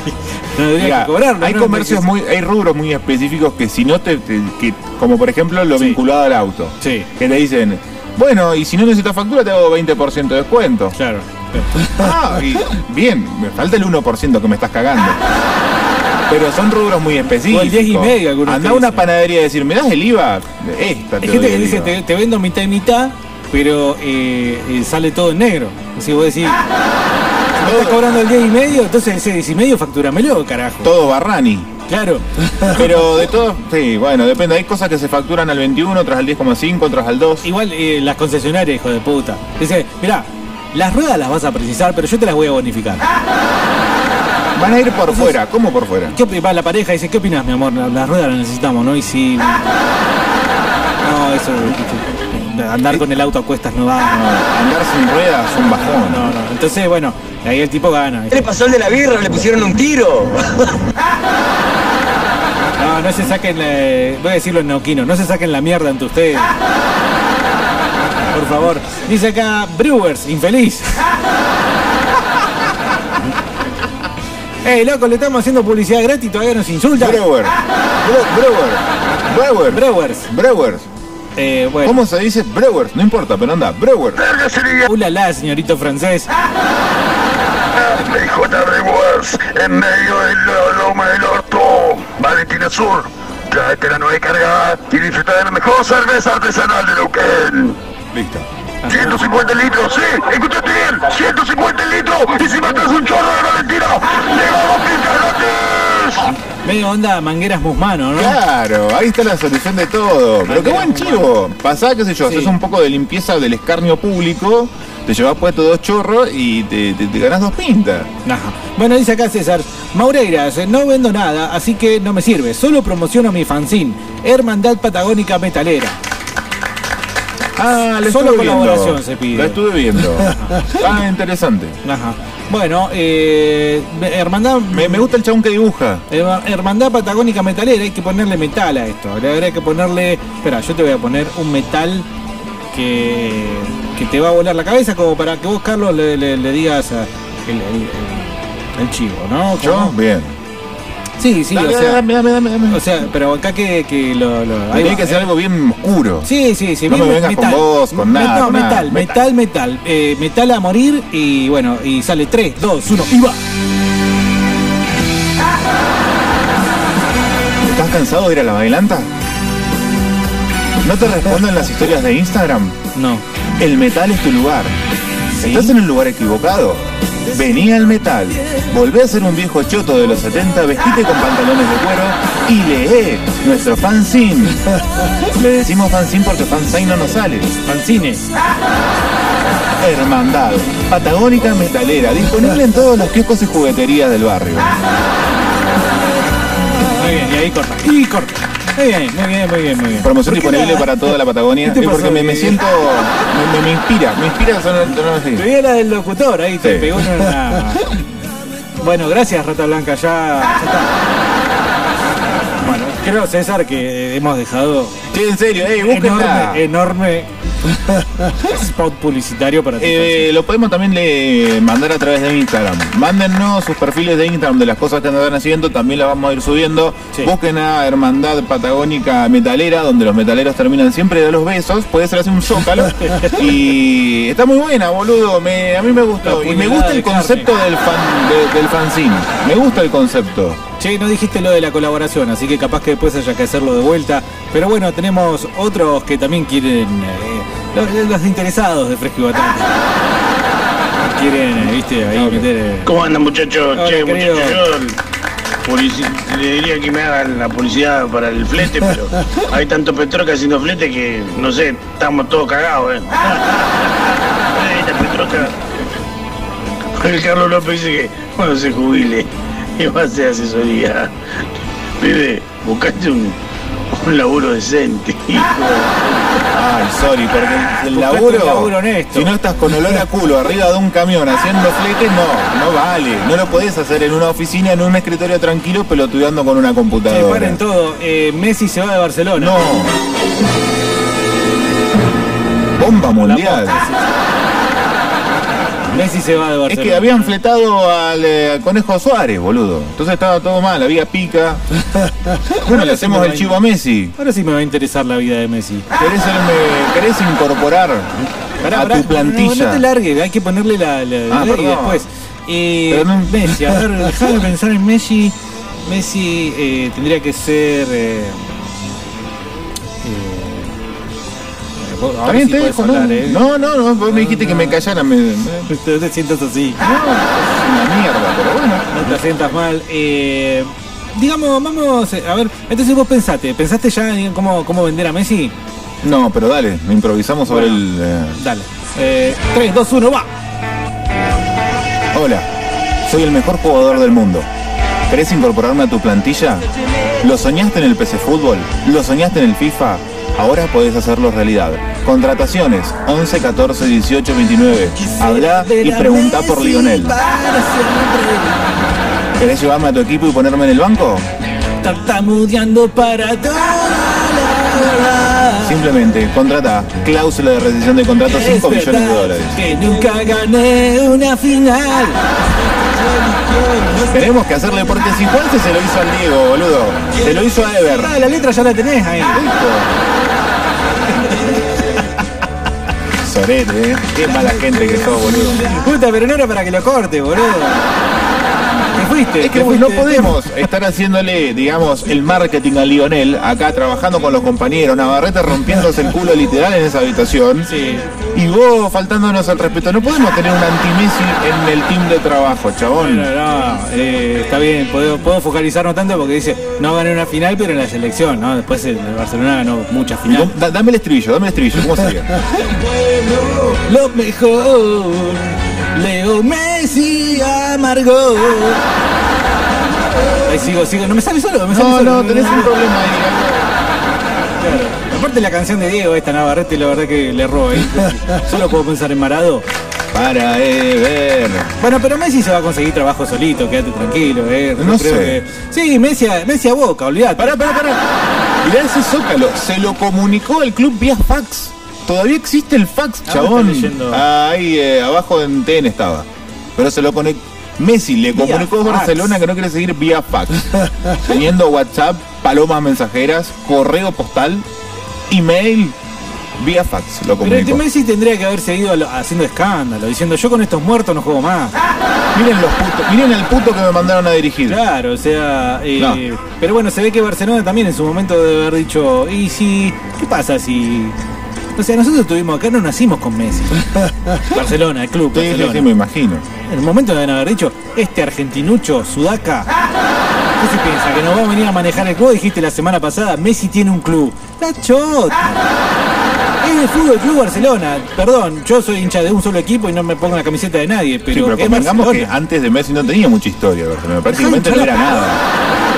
S2: no debería
S6: Mira,
S2: que cobrarlo.
S6: hay
S2: ¿no?
S6: comercios muy, hay rubros muy específicos que si no te, te- que- como por ejemplo lo
S2: Sí.
S6: vinculado al auto,
S2: Sí.
S6: que te dicen, bueno, y si no necesitas factura te hago 20% de descuento.
S2: Claro.
S6: Ah, y bien, me falta el 1% que me estás cagando. Pero son rubros muy específicos.
S2: O el 10 y medio, algunos
S6: Andá
S2: te
S6: a una
S2: dicen.
S6: panadería y decir, ¿me das el IVA? Esta te
S2: Hay gente
S6: doy
S2: que
S6: el
S2: dice,
S6: IVA.
S2: te, te vendo mitad y mitad, pero eh, eh, sale todo en negro. Así vos decís, si me estás cobrando el 10 y medio, entonces ese 10 y medio facturamelo, carajo.
S6: Todo Barrani.
S2: Claro.
S6: Pero de todo, sí, bueno, depende. Hay cosas que se facturan al 21, otras al 10,5, otras al 2.
S2: Igual eh, las concesionarias, hijo de puta. Dice, mirá, las ruedas las vas a precisar, pero yo te las voy a bonificar.
S6: Van a ir por fuera, ¿cómo por fuera?
S2: ¿Qué opi- va la pareja y dice, ¿qué opinas, mi amor? La, la rueda la necesitamos, ¿no? Y si... No, eso... Andar con el auto a cuestas no
S6: No,
S2: va.
S6: andar sin ruedas es un bajón.
S2: No, no, no. Entonces, bueno, ahí el tipo gana.
S1: ¿Qué
S2: ¿viste?
S1: le pasó al de la birra? Le pusieron un tiro.
S2: No, no se saquen... la- Voy a decirlo en neuquino. No se saquen la mierda entre ustedes. Por favor. Dice acá, Brewers, infeliz. Ey, loco, le estamos haciendo publicidad gratis y todavía nos insulta.
S6: Brewer. Bre- Brewer. Brewer.
S2: Brewers.
S6: Brewers.
S2: Eh, bueno.
S6: ¿Cómo se dice? Brewers. No importa, pero anda. Brewer.
S2: Ulala, señorito francés.
S9: J. Rewards en medio de la loma del orto. Valentina Sur, tráete la nueva carga y disfruta de la mejor cerveza artesanal de Neuquén.
S6: Listo.
S9: 150 litros, sí, escuchaste bien, 150 litros y si matas un chorro de Valentina, llegamos pizza gratis.
S2: Medio onda mangueras musmano, ¿no?
S6: Claro, ahí está la solución de todo. Pero qué buen chivo. Pasá, qué sé yo,
S2: Sí.
S6: haces un poco de limpieza del escarnio público, te llevas puesto dos chorros y te, te- te ganás dos pintas.
S2: Ajá. Bueno, dice acá César, Maureiras, eh, no vendo nada, así que no me sirve, solo promociono mi fanzine, Hermandad Patagónica Metalera.
S6: Ah, lo
S2: Solo
S6: estuve viendo.
S2: colaboración se pide.
S6: Lo estuve viendo. Ah, interesante.
S2: Ajá. Bueno, eh, Hermandad...
S6: Me, me gusta el chabón que dibuja.
S2: Herma- Hermandad Patagónica Metalera, hay que ponerle metal a esto. Le habría que ponerle. Espera, yo te voy a poner un metal que, que te va a volar la cabeza, como para que vos, Carlos, le, le- le digas a- el, el- el- el chivo, ¿no?
S6: ¿Yo?
S2: ¿Cómo?
S6: Bien.
S2: Sí, sí,
S6: dame,
S2: o sea,
S6: dame, dame, dame, dame.
S2: o sea, pero acá que, que lo, lo- ahí
S6: Tiene
S2: va,
S6: que
S2: eh.
S6: ser algo bien oscuro.
S2: Sí, sí, sí.
S6: No me
S2: bien
S6: vengas con vos, con
S2: Me-
S6: nada,
S2: no,
S6: con nada.
S2: metal, metal, metal, metal. Eh, metal a morir y bueno, y sale 3, 2, 1 y va.
S6: ¿Estás cansado de ir a la bailanta? ¿No te responden las historias de Instagram?
S2: No.
S6: El metal es tu lugar. Estás en el lugar equivocado. Vení al metal. Volvé a ser un viejo choto de los 70, vestite con pantalones de cuero y lee nuestro fanzine. Le decimos fanzine porque fanzine no nos sale.
S2: Pancine.
S6: Hermandad, Patagónica Metalera, disponible en todos los kioscos y jugueterías del barrio.
S2: Ah, Muy bien, y ahí corta. Y corta. Muy bien, muy bien, muy bien, muy bien.
S6: Promoción
S2: ¿Por qué
S6: disponible
S2: la-
S6: para toda la Patagonia.
S2: ¿Qué te
S6: Eh,
S2: pasó,
S6: porque me, me
S2: Miguel?
S6: siento. Me, me- me inspira, me inspira sonar, sonar así.
S2: Te vi a la del locutor, ahí te
S6: Sí.
S2: pegó en una. Bueno, gracias Rata Blanca, ya, ya está. Bueno, creo César que hemos dejado
S6: Che, en serio, ey, búsquenla.
S2: enorme, enorme spot publicitario para ti.
S6: Eh, lo podemos también le mandar a través de Instagram. Mándennos sus perfiles de Instagram de las cosas que andan haciendo, también las vamos a ir subiendo.
S2: Sí.
S6: Busquen a Hermandad Patagónica Metalera, donde los metaleros terminan siempre de los besos. Puede ser así un zócalo. y está muy buena, boludo. Me- a mí me gustó.
S2: La
S6: Y me gusta
S2: puñalada
S6: el
S2: de
S6: concepto del, fan, de- del fanzine. Me gusta el concepto.
S2: Che, no dijiste lo de la colaboración, así que capaz que después haya que hacerlo de vuelta. Pero bueno, tenemos otros que también quieren. eh, los, los interesados de Fresco y Batata. Quieren, eh, viste, ahí meter. eh,
S9: ¿Cómo andan muchachos?
S2: Hola,
S9: che,
S2: querido.
S9: muchachos, yo polici- le diría que me hagan la publicidad para el flete, pero hay tanto Petroca haciendo flete que, no sé, estamos todos cagados, ¿eh? Ahí está Petroca. El Carlos López dice que cuando se jubile y va a hacer asesoría. Vive, buscate un, un laburo decente, hijo.
S6: Ay, sorry, porque el
S2: Buscate
S6: laburo,
S2: un laburo honesto.
S6: si no estás con olor a culo arriba de un camión haciendo flete, no, no vale. No lo podés hacer en una oficina, en un escritorio tranquilo, pelotudeando con una
S2: Che,
S6: computadora.
S2: paren todo. eh, Messi se va de Barcelona.
S6: no. Bomba mundial.
S2: Messi se va de
S6: Es
S2: Barcelona.
S6: que habían fletado al eh, Conejo Suárez, boludo. Entonces estaba todo mal, había pica. Bueno, le hacemos el chivo a Messi.
S2: Ahora sí me va a interesar la vida de Messi.
S6: ¿Querés, hacerme- querés incorporar
S2: Pará,
S6: a
S2: pará,
S6: tu
S2: No,
S6: plantilla?
S2: no te largues, hay que ponerle la, la- la-
S6: Ah,
S2: y
S6: perdón.
S2: después. Eh,
S6: Pero no-
S2: Messi, a ver, déjame pensar en Messi. Messi eh, tendría que ser. eh, eh, eh, vos- ahora
S6: También
S2: sí
S6: te
S2: podés
S6: dejo, ¿no?
S2: hablar, eh.
S6: No, no, no, vos me dijiste que me callara, me, me- es
S2: Te, te sientas así,
S6: una mierda, pero bueno.
S2: no te sientas mal. Eh, digamos, vamos, eh, a ver, entonces vos pensaste, ¿pensaste ya en cómo, cómo vender a Messi?
S6: No, pero dale, improvisamos sobre
S2: Bueno.
S6: el... eh,
S2: Dale. Eh, 3, 2, 1, va.
S6: Hola, soy el mejor jugador del mundo. ¿Querés incorporarme a tu plantilla? ¿Lo soñaste en el PC Fútbol? ¿Lo soñaste en el FIFA? Ahora podés hacerlo realidad. Contrataciones 11, 14, 18, 29. Habla y pregunta por Lionel. ¿Querés llevarme a tu equipo y ponerme en el banco?
S2: Tartamudeando para toda
S6: Simplemente contrata cláusula de rescisión de contrato 5 millones de dólares.
S2: Que nunca gané una final.
S6: Tenemos que hacerle porque si Juan se lo hizo al Diego, boludo. Se lo hizo a Ever.
S2: Ah, la letra ya la tenés ahí.
S6: Sorete, eh. Qué mala gente que sos, boludo.
S2: Puta, pero no era para que lo corte, boludo. Te fuiste.
S6: Es que
S2: te
S6: pues, no
S2: fuiste.
S6: podemos estar haciéndole, digamos, el marketing a Lionel, acá trabajando con los compañeros, Navarrete rompiéndose el culo literal en esa habitación.
S2: Sí.
S6: Y vos faltándonos al respeto. No podemos tener un anti-Messi en el team de trabajo, chabón.
S2: Bueno, no, eh, está bien, puedo, puedo focalizarnos tanto porque dice, no gané una final, pero en la selección, ¿no? Después el Barcelona ganó muchas
S6: Y
S2: finales.
S6: vos- da- dame el estribillo, dame el estribillo, ¿cómo sería?
S2: Lo mejor, Leo Messi amargo. Ahí sigo, sigo. No me sale solo, me sale
S6: No,
S2: solo.
S6: no, tenés un problema ahí.
S2: Claro. Aparte la canción de Diego, esta Navarrete, la verdad que le erró. ¿eh? Solo puedo pensar en Marado.
S6: Para Ever.
S2: Bueno, pero Messi se va a conseguir trabajo solito, quédate tranquilo, eh. Yo
S6: No
S2: creo
S6: sé.
S2: que- Sí, Messi a, Messi a Boca, olvidate.
S6: Pará, pará, pará. Mirá ese zócalo. Se lo comunicó al club vía fax. Todavía existe el fax,
S2: Ah,
S6: chabón.
S2: está leyendo.
S6: Ahí eh, abajo en TN estaba. Pero se lo conec- Messi le
S2: Vía
S6: comunicó a
S2: fax.
S6: Barcelona que no quiere seguir vía fax, teniendo WhatsApp, palomas mensajeras, correo postal, email, vía fax. Lo
S2: Pero este
S6: comunicó.
S2: Messi tendría que haber seguido lo- haciendo escándalo, diciendo yo con estos muertos no juego más.
S6: Miren los putos, miren el puto que me mandaron a dirigir.
S2: Claro, o sea. eh,
S6: No.
S2: Pero bueno, se ve que Barcelona también en su momento debe haber dicho, ¿y si. ¿Qué pasa si.? O sea, nosotros estuvimos acá, no nacimos con Messi. Barcelona, el club.
S6: Sí, sí,
S2: Barcelona.
S6: sí, me imagino.
S2: En el momento deben haber dicho, este argentinucho, Sudaca, ¿qué se piensa? ¿Que nos va a venir a manejar el club? Dijiste la semana pasada, Messi tiene un club. ¡La chota! Es el Fútbol Club Barcelona. Perdón, yo soy hincha de un solo equipo y no me pongo la camiseta de nadie, pero,
S6: Sí, pero
S2: es
S6: convengamos que
S2: Barcelona.
S6: antes de Messi no tenía mucha historia, Barcelona. Prácticamente no era nada.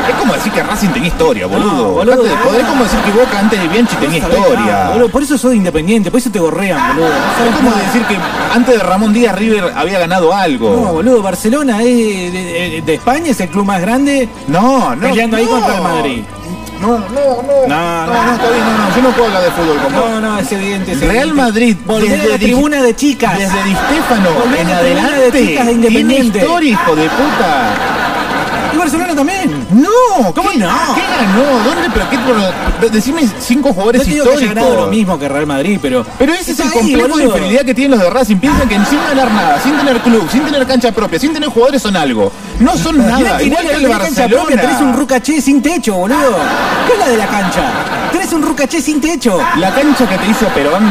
S6: Es como decir que Racing tenía historia,
S2: No,
S6: boludo.
S2: boludo,
S6: Antes de
S2: no.
S6: poder, es como decir que Boca antes de Bianchi tenía
S2: No sabés nada,
S6: historia. Ah,
S2: boludo. por eso soy independiente, por eso te gorrean, boludo. No sabés
S6: Es como
S2: nada.
S6: decir que antes de Ramón Díaz River había ganado
S2: No,
S6: algo.
S2: boludo, Barcelona es de, de- de España, es el club más grande.
S6: No, no.
S2: Peleando
S6: no.
S2: ahí contra el Madrid.
S6: No, no, no.
S2: No, no.
S6: no, está bien, no, no. Yo no puedo hablar de fútbol con vos.
S2: No, no, es evidente. es
S6: Real
S2: evidente.
S6: Madrid,
S2: Volver a la
S6: desde Di-
S2: tribuna de chicas.
S6: Desde Di Stefano
S2: Volvé a
S6: en
S2: la tribuna de
S6: adelante.
S2: chicas de
S6: tiene
S2: Independiente.
S6: historia, hijo de puta.
S2: Y Barcelona también.
S6: No,
S2: ¿Cómo
S6: ¿qué, Ah,
S2: no?
S6: ¿Qué ganó? ¿Dónde? ¿Pero qué? pero- Decime cinco
S2: No
S6: jugadores
S2: te digo que haya ganado lo
S6: históricos.
S2: mismo que Real Madrid, pero.
S6: Pero ese es
S2: Está
S6: el
S2: ahí,
S6: complejo de
S2: boludo.
S6: inferioridad que tienen los de Racing. Piensan que sin ganar nada, sin tener club, sin tener cancha propia, sin tener jugadores son algo. No son
S2: Mirá
S6: nada.
S2: que
S6: Igual
S2: no
S6: que
S2: hay
S6: el
S2: la cancha propia, tenés un
S6: Barcelona.
S2: rucaché sin techo, boludo. ¿Qué es la de la cancha? Tenés un rucaché sin techo.
S6: La cancha que te hizo Perón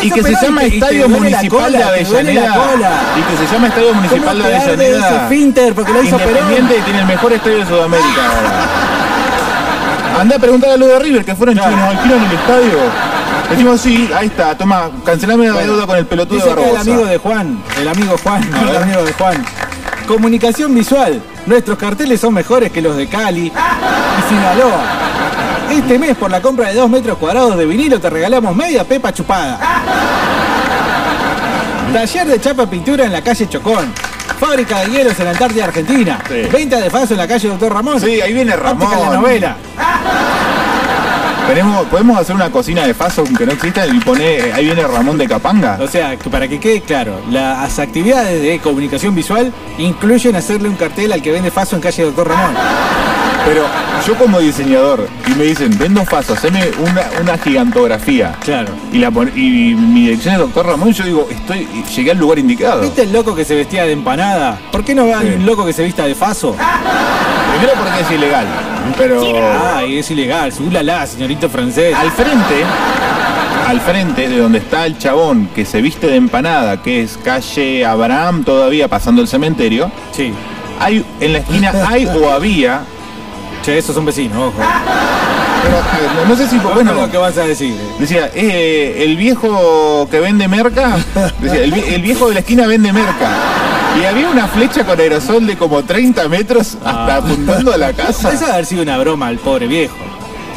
S2: ¿Qué
S6: y que se
S2: hizo Perón?
S6: llama
S2: Y te- y te
S6: Estadio
S2: duele la
S6: Municipal de
S2: cola, te duele la
S6: Avellaneda.
S2: cola.
S6: Y que se llama Estadio Municipal de
S2: te arde ese
S6: Avellaneda.
S2: esfínter? Porque lo hizo Perón.
S6: Independiente y tiene el mejor estadio de Sudamérica ahora. Andá a preguntar a los de River que fueron
S2: Claro.
S6: chicos, nos alquilan el estadio. Decimos, sí, ahí está, toma, cancelame la deuda con el pelotudo
S2: Dice
S6: de
S2: acá el
S6: Barbosa.
S2: amigo de Juan, el amigo Juan,
S6: A
S2: el
S6: ver.
S2: amigo de Juan. Comunicación visual. Nuestros carteles son mejores que los de Cali y Sinaloa. Este mes por la compra de 2 metros cuadrados de vinilo te regalamos media pepa chupada. Taller de chapa pintura en la calle Chocón. Fábrica de hielos en la Antártida Argentina.
S6: Sí.
S2: Venta de faso en la calle Doctor Ramón.
S6: Sí, ahí viene
S2: Óptica
S6: Ramón.
S2: en la novela.
S6: Tenemos- podemos hacer una cocina de paso que no exista y poner, eh, ahí viene Ramón de Capanga.
S2: O sea, que para que quede claro, las actividades de comunicación visual incluyen hacerle un cartel al que vende Faso en calle Doctor Ramón.
S6: Pero yo como diseñador, y me dicen, vendo paso, haceme una, una gigantografía.
S2: Claro.
S6: Y, la pon- y mi dirección es doctor Ramón, yo digo, estoy, llegué al lugar indicado.
S2: ¿Viste el loco que se vestía de empanada? ¿Por qué no va
S6: Sí. Ah.
S2: un loco que se vista de Faso?
S6: Primero porque es ilegal. Pero
S2: Ay, es ilegal, la señorito francés.
S6: al frente, al frente de donde está el chabón que se viste de empanada, que es calle Abraham todavía pasando el cementerio,
S2: Sí.
S6: hay en la esquina hay o había
S2: Che, esos son vecinos, ojo.
S6: Pero, eh, no sé si
S2: Ojo
S6: Ah. bueno,
S2: lo que vas a decir.
S6: decía, eh, el viejo que vende merca, decía, el, vi- el viejo de la esquina vende merca. Y había una flecha con aerosol de como 30 metros hasta apuntando a la casa.
S2: Esa debe haber sido una broma al pobre viejo.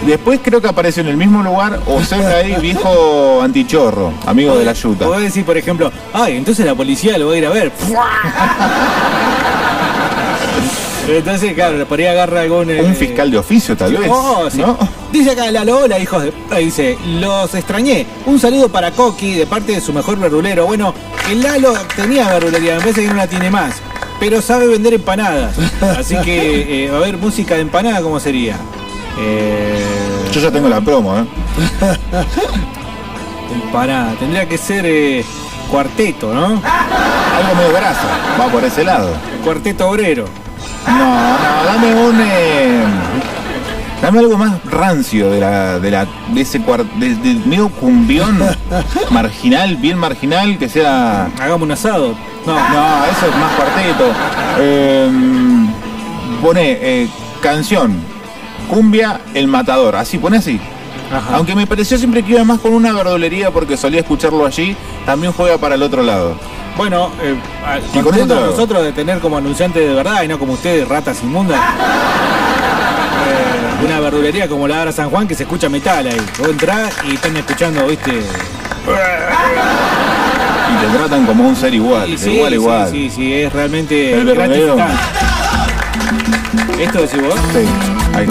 S6: Después creo que apareció en el mismo lugar o cerca ahí viejo antichorro, amigo de la yuta.
S2: O voy a decir, por ejemplo, ay, entonces la policía lo va a ir a ver. entonces, claro, por ahí agarra algún... eh,
S6: Un fiscal de oficio tal vez.
S2: Oh, sí.
S6: ¿no?
S2: Dice acá la Lola, hijos de. p- Dice, los extrañé. Un saludo para Coqui de parte de su mejor verdulero. Bueno, el Lalo tenía verdulería, me parece que no la tiene más. Pero sabe vender empanadas. Así que, eh, a ver, música de empanada, ¿cómo sería? Eh,
S6: Yo ya tengo la promo, ¿eh?
S2: empanada. Tendría que ser eh, cuarteto, ¿no?
S6: Algo medio grasa, va por ese lado.
S2: Cuarteto obrero.
S6: No, no, dame un... eh, Dame algo más rancio de la, de la, de ese cuar- de- del medio cumbión marginal, bien marginal, que sea.
S2: Hagamos un asado. No,
S6: No, eso es más cuarteto. Eh, pone eh, canción, cumbia, el matador. Así, pone así.
S2: Ajá.
S6: Aunque me pareció siempre que iba más con una verdulería porque solía escucharlo allí, también juega para el otro lado.
S2: Bueno, eh, a-
S6: Y con
S2: contentos
S6: esto-
S2: nosotros de tener como anunciante de verdad y no como ustedes, ratas inmundas. Eh, una verdulería como la Ara San Juan que se escucha metal ahí. Vos entrás y están escuchando, viste.
S6: Y te tratan como un ser igual,
S2: Y
S6: de igual,
S2: sí,
S6: igual.
S2: Sí, sí, es realmente
S6: El verdadero.
S2: gratificante. ¿Esto decís vos?
S6: Sí, ahí.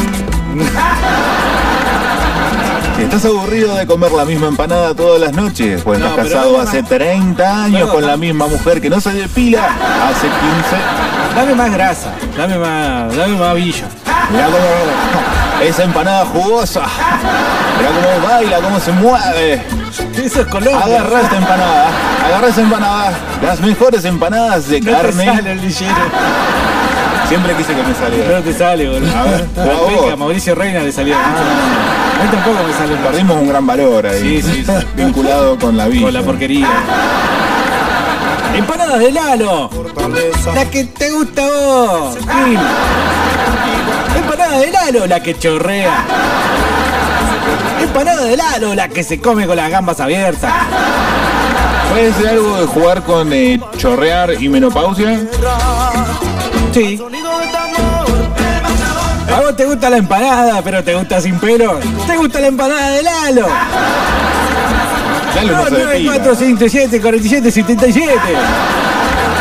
S6: Si estás aburrido de comer la misma empanada todas las noches, pues
S2: No,
S6: estás
S2: pero
S6: casado
S2: además-
S6: hace 30 años
S2: Bueno,
S6: con
S2: no.
S6: la misma mujer que no se depila hace 15.
S2: Dame más grasa, dame más, dame más villa.
S6: Mirá cómo esa empanada jugosa. Mirá cómo baila, cómo se mueve.
S2: Eso es Colombia.
S6: Agarra esta empanada, agarra esa empanada. Las mejores empanadas de
S2: No te sale
S6: carne.
S2: el ligero.
S6: Siempre quise que me saliera.
S2: No te sale, boludo.
S6: A ver,
S2: Al
S6: a vos. Ah.
S2: Peca, a Mauricio Reina le salía mucho. A mí tampoco me sale el
S6: Perdimos un gran valor ahí.
S2: Sí, sí, sí.
S6: Vinculado con la vida.
S2: Con la porquería. Empanadas de Lalo. La que te gusta a vos. Gil. Empanadas de Lalo, la que chorrea. Empanadas de Lalo, la que se come con las gambas abiertas.
S6: ¿Puede ser algo de jugar con eh, chorrear y menopausia?
S2: Sí. A vos te gusta la empanada, pero te gusta sin pelo. ¿Te gusta la empanada de Lalo?
S6: Dale, no se depila.
S2: 94537 4777.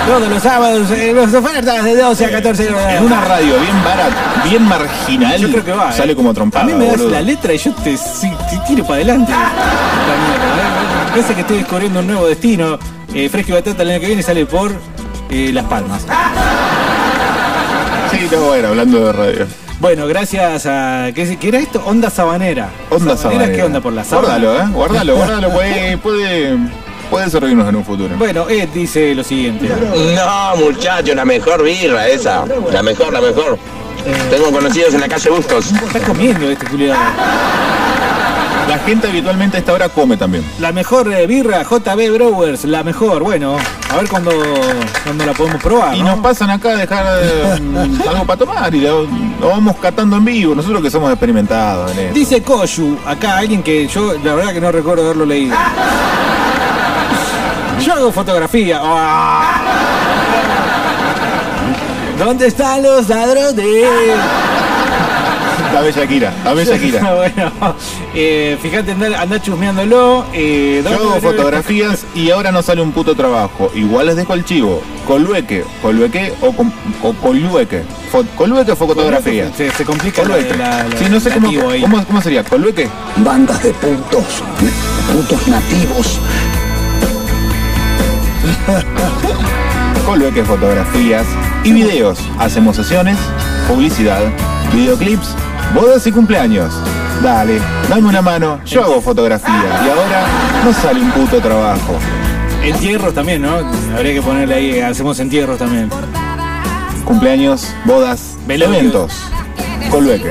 S2: Todos los sábados, eh, las ofertas de 12 a 14 horas.
S6: En una radio bien barata, bien marginal,
S2: Yo creo que va. eh.
S6: sale como trompada.
S2: A mí me das
S6: boludo. Ah.
S2: la letra y yo te, si- te tiro para adelante. La mierda, eh. Parece que estoy descubriendo un nuevo destino. Eh, Fresco y Batata el año que viene sale por eh, Las Palmas.
S6: Ah. Sí, no, bueno, hablando de radio.
S2: Bueno, gracias a. ¿Qué, qué era esto? Onda Sabanera.
S6: Onda sabanera.
S2: ¿Qué onda por la sábana?
S6: Guárdalo, ¿eh? Guárdalo, guárdalo. Puede, puede, puede servirnos en un futuro.
S2: Bueno, Ed dice lo siguiente.
S1: No, muchacho, la mejor birra esa. La mejor, la mejor. Tengo conocidos en la calle Bustos.
S2: Está comiendo este culiado.
S6: La gente habitualmente a esta hora come también.
S2: La mejor eh, birra, JB Brewers, la mejor. Bueno, a ver cuándo cuando la podemos probar.
S6: Y
S2: Ah, ¿no?
S6: nos pasan acá a dejar eh, algo para tomar y lo, lo vamos catando en vivo. Nosotros que somos experimentados en esto.
S2: Dice Koyu, acá alguien que yo la verdad que no recuerdo haberlo leído. Yo hago fotografía. ¡Ah! ¿Dónde están los ladrones?
S6: Dame Shakira, dame Shakira.
S2: bueno, eh, fíjate, andá, andá chusmeándolo. Eh,
S6: Yo hago fotografías y ahora no sale un puto trabajo. Igual les dejo el chivo. Colueque, colueque o, con- o colueque. Fo- colueque o fotografía.
S2: Se, se complica la,
S6: Colueque.
S2: la, la-
S6: Sí, no sé
S2: el
S6: cómo,
S2: nativo ahí.
S6: cómo, cómo sería. Colueque.
S7: Bandas de puntos, puntos nativos.
S6: Colueque fotografías y videos. Hacemos sesiones, publicidad, videoclips, bodas y cumpleaños. Dale, dame una mano. Yo hago fotografía y ahora no sale un puto trabajo.
S2: Entierros también, ¿no? Habría que ponerle ahí, hacemos entierros también.
S6: Cumpleaños, bodas,
S2: Velorios.
S6: eventos. Colueque.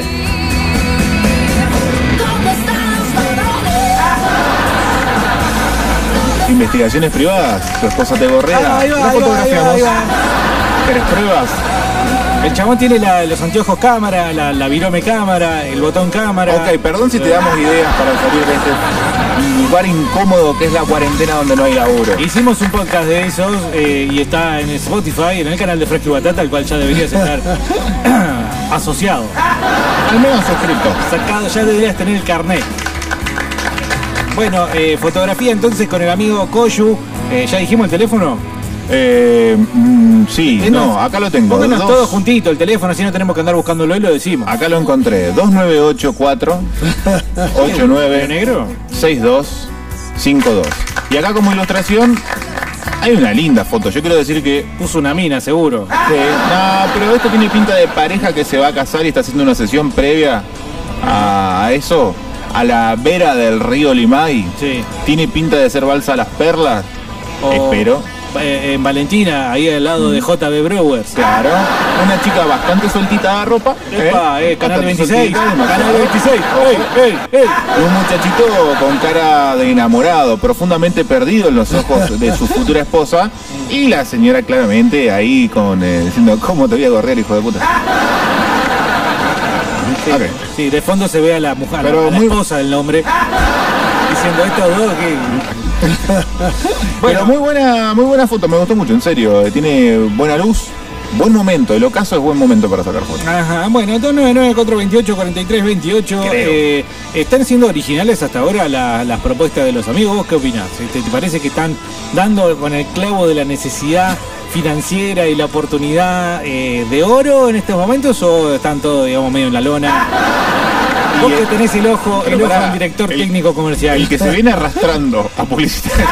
S6: Investigaciones privadas, tu esposa te gorrea,
S2: Ahí va,
S6: la
S2: ahí va,
S6: fotografiamos.
S2: ahí va, ahí
S6: ¿Querés pruebas?
S2: va. El chabón tiene la- los anteojos cámara, la, la virome cámara, el botón cámara.
S6: Ok, perdón si te damos ideas para salir de este lugar incómodo que es la cuarentena donde no hay laburo.
S2: Hicimos un podcast de esos eh, y está en Spotify, en el canal de Fresco y Batata, al cual ya deberías estar asociado.
S6: Al menos suscrito.
S2: Sacado, ya deberías tener el carnet. Bueno, eh, fotografía entonces con el amigo Koyu. Eh, ¿Ya dijimos el teléfono?
S6: Eh, mm, sí,
S2: Denos-
S6: no, acá lo tengo.
S2: Pónganos
S6: Dos-
S2: todos juntitos el teléfono, así no tenemos que andar buscándolo y lo decimos.
S6: acá lo encontré. 2984
S2: ¿Pero
S6: 89
S2: negro?
S6: 6252. Y acá como ilustración hay una linda foto. Yo quiero decir que
S2: Puso una mina, seguro.
S6: Sí, no, pero esto tiene pinta de pareja que se va a casar y está haciendo una sesión previa a eso, a la vera del río Limay.
S2: Sí.
S6: Tiene pinta de ser balsa a las perlas.
S2: O-
S6: Espero. Mm.
S2: eh, en Valentina, ahí al lado de JB Brewers.
S6: Claro. Una chica bastante soltita de ropa.
S2: Epa, eh, canal
S6: Bastante
S2: 26.
S6: soltita, demasiado.
S2: Canal 26. ¡Ey, ey, ey!
S6: Un muchachito con cara de enamorado, profundamente perdido en los ojos de su futura esposa. Y la señora claramente ahí con eh, diciendo, ¿cómo te voy a correr, hijo de puta? Ok.
S2: Sí, de fondo se ve a la mujer,
S6: Pero
S2: a la
S6: muy-
S2: esposa del hombre. Diciendo estos dos que.
S6: Pero muy buena, muy buena foto, me gustó mucho, en serio. Eh, Tiene buena luz, buen momento. El ocaso es buen momento para sacar fotos.
S2: Ajá, bueno, 299-428-4328. eh, ¿Están siendo originales hasta ahora la- las propuestas de los amigos? ¿Vos qué opinás? Este, ¿Te parece que están dando con el clavo de la necesidad financiera y la oportunidad eh, de oro en estos momentos o están todos, digamos, medio en la lona? Vos que tenés el ojo,
S6: Pero
S2: el ojo
S6: pará,
S2: del director
S6: el-
S2: técnico comercial.
S6: El que se viene arrastrando a publicitar es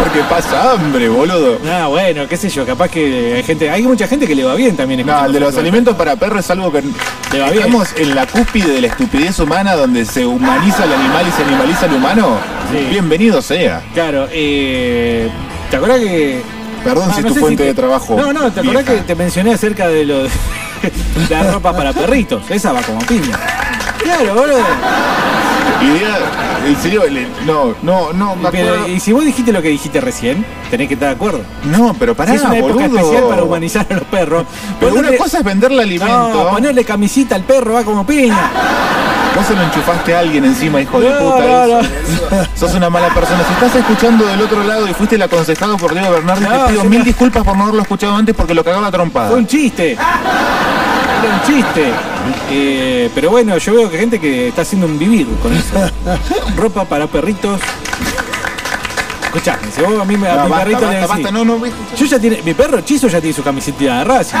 S6: porque pasa hambre, boludo.
S2: Ah, bueno, qué sé yo, capaz que hay gente, hay mucha gente que le va bien también.
S6: No, el de los alimentos para perros es algo que
S2: Te va bien.
S6: estamos en la cúspide de la estupidez humana donde se humaniza el animal y se animaliza el humano.
S2: Sí.
S6: Bienvenido sea.
S2: Claro, eh, ¿te acordás que...
S6: Perdón
S2: Ah,
S6: si es
S2: no
S6: tu
S2: sé
S6: fuente
S2: te-
S6: de trabajo.
S2: No, no, ¿te acordás
S6: vieja.
S2: que te mencioné acerca de lo de la ropa para perritos? Esa va como piña. Claro, boludo.
S6: Idea, en serio, le- no, no, no, me
S2: Pero,
S6: acuerdo.
S2: y si vos dijiste lo que dijiste recién, tenés que estar de acuerdo.
S6: No, pero pará,
S2: Si es una época
S6: boludo.
S2: especial para humanizar a los perros.
S6: Pero una
S2: ponerle-
S6: cosa es venderle alimento,
S2: No, ponerle camisita al perro va como piña.
S6: vos se lo enchufaste a alguien encima, hijo de
S2: No,
S6: puta.
S2: no,
S6: eso. Sos una mala persona. Si estás escuchando del otro lado y fuiste el aconsejado por Diego Bernardi,
S2: No,
S6: te pido
S2: señor.
S6: mil disculpas por no haberlo escuchado antes porque lo cagaba a trompada.
S2: Fue un chiste. Era un chiste. Eh, pero bueno, yo veo que gente que está haciendo un vivir con eso. Ropa para perritos. Escuchame, si vos a mí me- a
S6: No,
S2: mi
S6: basta,
S2: perrito le
S6: basta,
S2: decís-
S6: basta, no, no, voy a escuchar.
S2: Yo ya tiene, mi perro Chizo ya tiene su camiseta de Racing.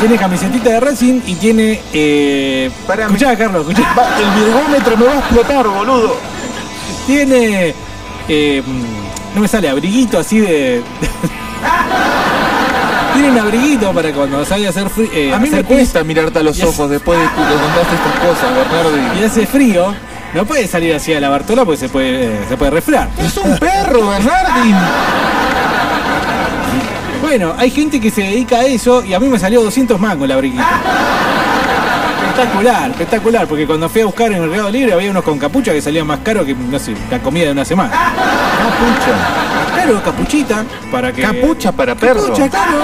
S2: Tiene camisetita de Racing y tiene. Eh,
S6: Pará,
S2: escuchá, Carlos, escuchá.
S6: Va, el virgómetro me va a explotar, boludo.
S2: Tiene. eh, no me sale, abriguito así de. tiene un abriguito para cuando salga a hacer frío.
S6: a mí me cuesta mirarte a los
S2: Yes.
S6: ojos después de que contaste estas cosas, Bernardi.
S2: Y hace frío. No puede salir así a la Bartola porque se puede, eh, se puede resfriar.
S6: Es un perro, Bernardi.
S2: Bueno, hay gente que se dedica a eso y a mí me salió 200 mangos la briquita. Espectacular, espectacular, porque cuando fui a buscar en el Mercado Libre había unos con capucha que salían más caro que, no sé, la comida de una semana.
S6: Ah, Capucha.
S2: Claro, capuchita, para que...
S6: Capucha para perro.
S2: Capucha, claro.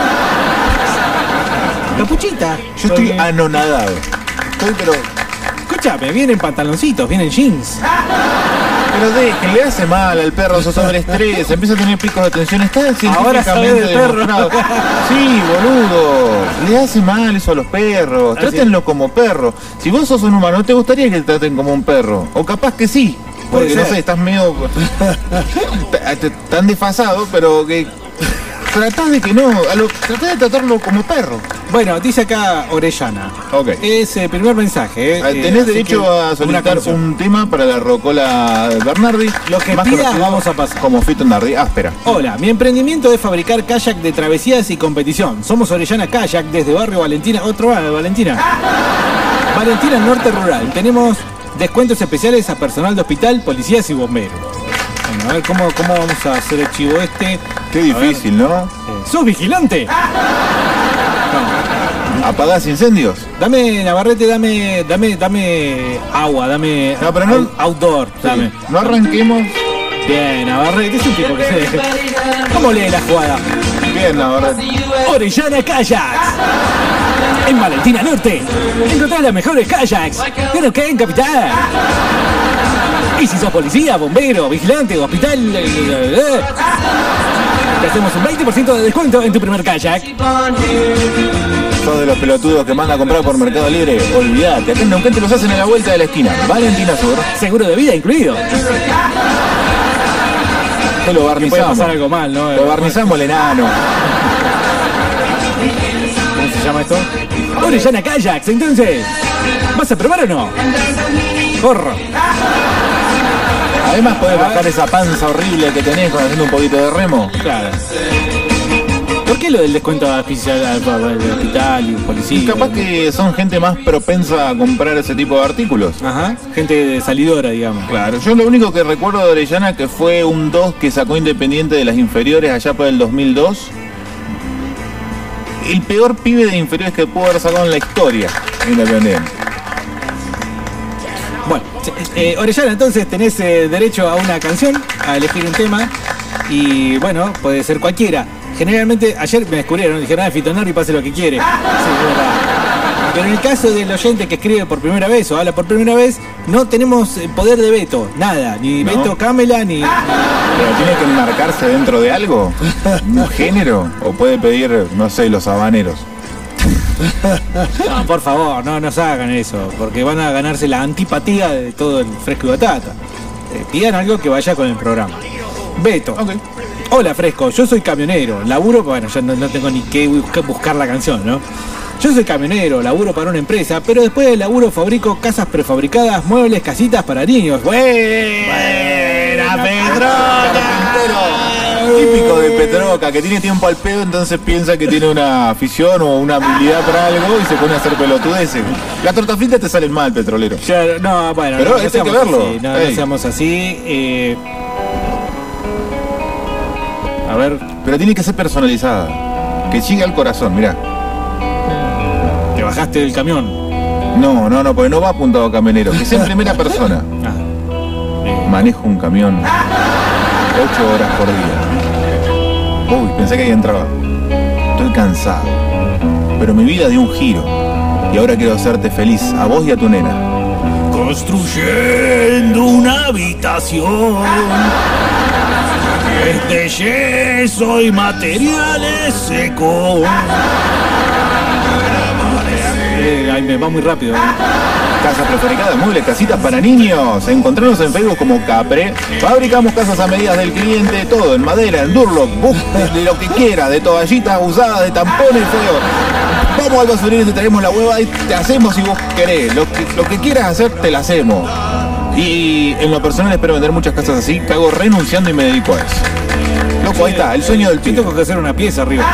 S2: Capuchita.
S6: Yo estoy
S2: Porque-
S6: anonadado. Estoy, pero.
S2: Escúchame, vienen pantaloncitos, vienen jeans.
S6: Pero dejen, le hace mal al perro, sos estrés, empieza a tener picos de tensión, está
S2: Ahora sabés
S6: científicamente
S2: del perro.
S6: demostrado. Sí, boludo, le hace mal eso a los perros,
S2: Así es.
S6: trátenlo como perro. Si vos sos un humano, no te gustaría que te traten como un perro, o capaz que sí. Porque
S2: Puede
S6: no
S2: ser.
S6: sé, estás medio. ta- ta- tan desfasado, pero que. Tratás de que no, a lo- tratás de tratarlo como perro.
S2: Bueno, dice acá Orellana.
S6: Ok.
S2: Es el primer mensaje. eh,
S6: Ah,
S2: eh,
S6: Tenés
S2: así
S6: derecho
S2: que
S6: a
S2: una
S6: solicitar
S2: canción.
S6: un tema para la rocola de Bernardi.
S2: Lo que
S6: más
S2: pidas,
S6: conocido
S2: vamos a pasar.
S6: Como Fito Nardi. Ah, espera.
S2: Hola, mi emprendimiento es fabricar kayak de travesías y competición. Somos Orellana Kayak desde Barrio Valentina, otro barrio, Valentina. Valentina Norte Rural. Tenemos descuentos especiales a personal de hospital, policías y bomberos. Bueno, a ver cómo, cómo vamos a hacer el chivo este.
S6: Qué
S2: A ver,
S6: difícil, ¿no?
S2: eh, ¿Sos vigilante?
S6: ¿Apagás incendios?
S2: Dame, Navarrete, dame, dame, dame agua, dame
S6: No, pero no-
S2: outdoor, dame.
S6: No arranquemos.
S2: Bien, Navarrete, es un tipo que se... ¿Cómo lee la jugada?
S6: Bien, ahora.
S2: Orellana Kayaks. En Valentina Norte encontrás las mejores kayaks. Pero que en capital. Y si sos policía, bombero, vigilante, hospital. eh, eh, eh, Te hacemos un 20% de descuento en tu primer kayak.
S6: Sos de los pelotudos que manda a comprar por Mercado Libre. Olvídate. Acá en Neuquén te los hacen a la vuelta de la esquina. Valentina Sur.
S2: Seguro de vida incluido.
S6: Te lo
S2: Que puede
S6: barnizamos.
S2: pasar algo mal, ¿no?
S6: Lo barnizamos el enano.
S2: ¿Cómo se llama esto? Orellana Kayaks, entonces. ¿Vas a probar o no? Corro.
S6: Además podés bajar esa panza horrible que tenés con haciendo un poquito de remo.
S2: Claro. ¿Por qué lo del descuento al oficial- al- al hospital y policía?
S6: Y capaz que son gente más propensa a comprar ese tipo de artículos.
S2: Ajá, gente de salidora, digamos.
S6: Claro, yo lo único que recuerdo de Orellana que fue un 2 que sacó Independiente de las inferiores allá por el 2002. El peor pibe de inferiores que pudo haber sacado en la historia Independiente.
S2: Bueno, eh, Orellana, entonces tenés eh, derecho a una canción, a elegir un tema, y bueno, puede ser cualquiera. Generalmente, ayer me descubrieron, dijeron, ah, Fito Nardi, pase lo que quiere. Sí, es verdad. Pero en el caso del oyente que escribe por primera vez o habla por primera vez, no tenemos eh, poder de veto, nada, ni
S6: No.
S2: veto Camela, ni...
S6: Pero tiene que enmarcarse dentro de algo, un género, o puede pedir, no sé, los habaneros.
S2: No, por favor, no nos hagan eso, porque van a ganarse la antipatía de todo el fresco y batata. Eh, pidan algo que vaya con el programa. Beto.
S6: Ok.
S2: Hola Fresco, yo soy camionero, laburo, bueno, ya no, no tengo ni que busca- buscar la canción, ¿no? Yo soy camionero, laburo para una empresa, pero después del laburo fabrico casas prefabricadas, muebles, casitas para niños.
S6: ¡Buena,
S2: ¡Buena,
S6: Pedroca! Típico de Pedroca, que tiene tiempo al pedo, entonces piensa que tiene una afición o una habilidad para algo y se pone a hacer pelotudeces. Las tortas fritas te salen mal, petrolero.
S2: Ya, no, bueno,
S6: Pero
S2: no,
S6: esto hay
S2: seamos
S6: que verlo.
S2: así, no, no
S6: Ey.
S2: seamos así. eh. A ver,
S6: Pero tiene que ser personalizada, que llegue al corazón, mirá.
S2: te bajaste del camión.
S6: No, no, no, porque no va apuntado a camionero, que sea en primera persona.
S2: Ah,
S6: Manejo un camión 8 horas por día. Uy, pensé que ahí entraba. Estoy cansado. Pero mi vida dio un giro. Y ahora quiero hacerte feliz, a vos y a tu nena.
S9: Construyendo una habitación. Es de yeso y materiales secos.
S2: eh, ay, me va muy rápido. eh.
S6: Casas prefabricadas, muebles, casitas para niños. Encontrarnos en Facebook como Capre. Fabricamos casas a medidas del cliente, todo en madera, en durlock, bus- de lo que quiera, de toallitas usadas, de tampones, feo. Vamos al basurero y te traemos la hueva y te hacemos si vos querés. Lo que, lo que quieras hacer, te la hacemos. Y en lo personal espero vender muchas casas así, que hago renunciando y me dedico a eso. Loco, ahí está, el sueño del
S2: Yo
S6: pibe.
S2: tengo que hacer una pieza arriba.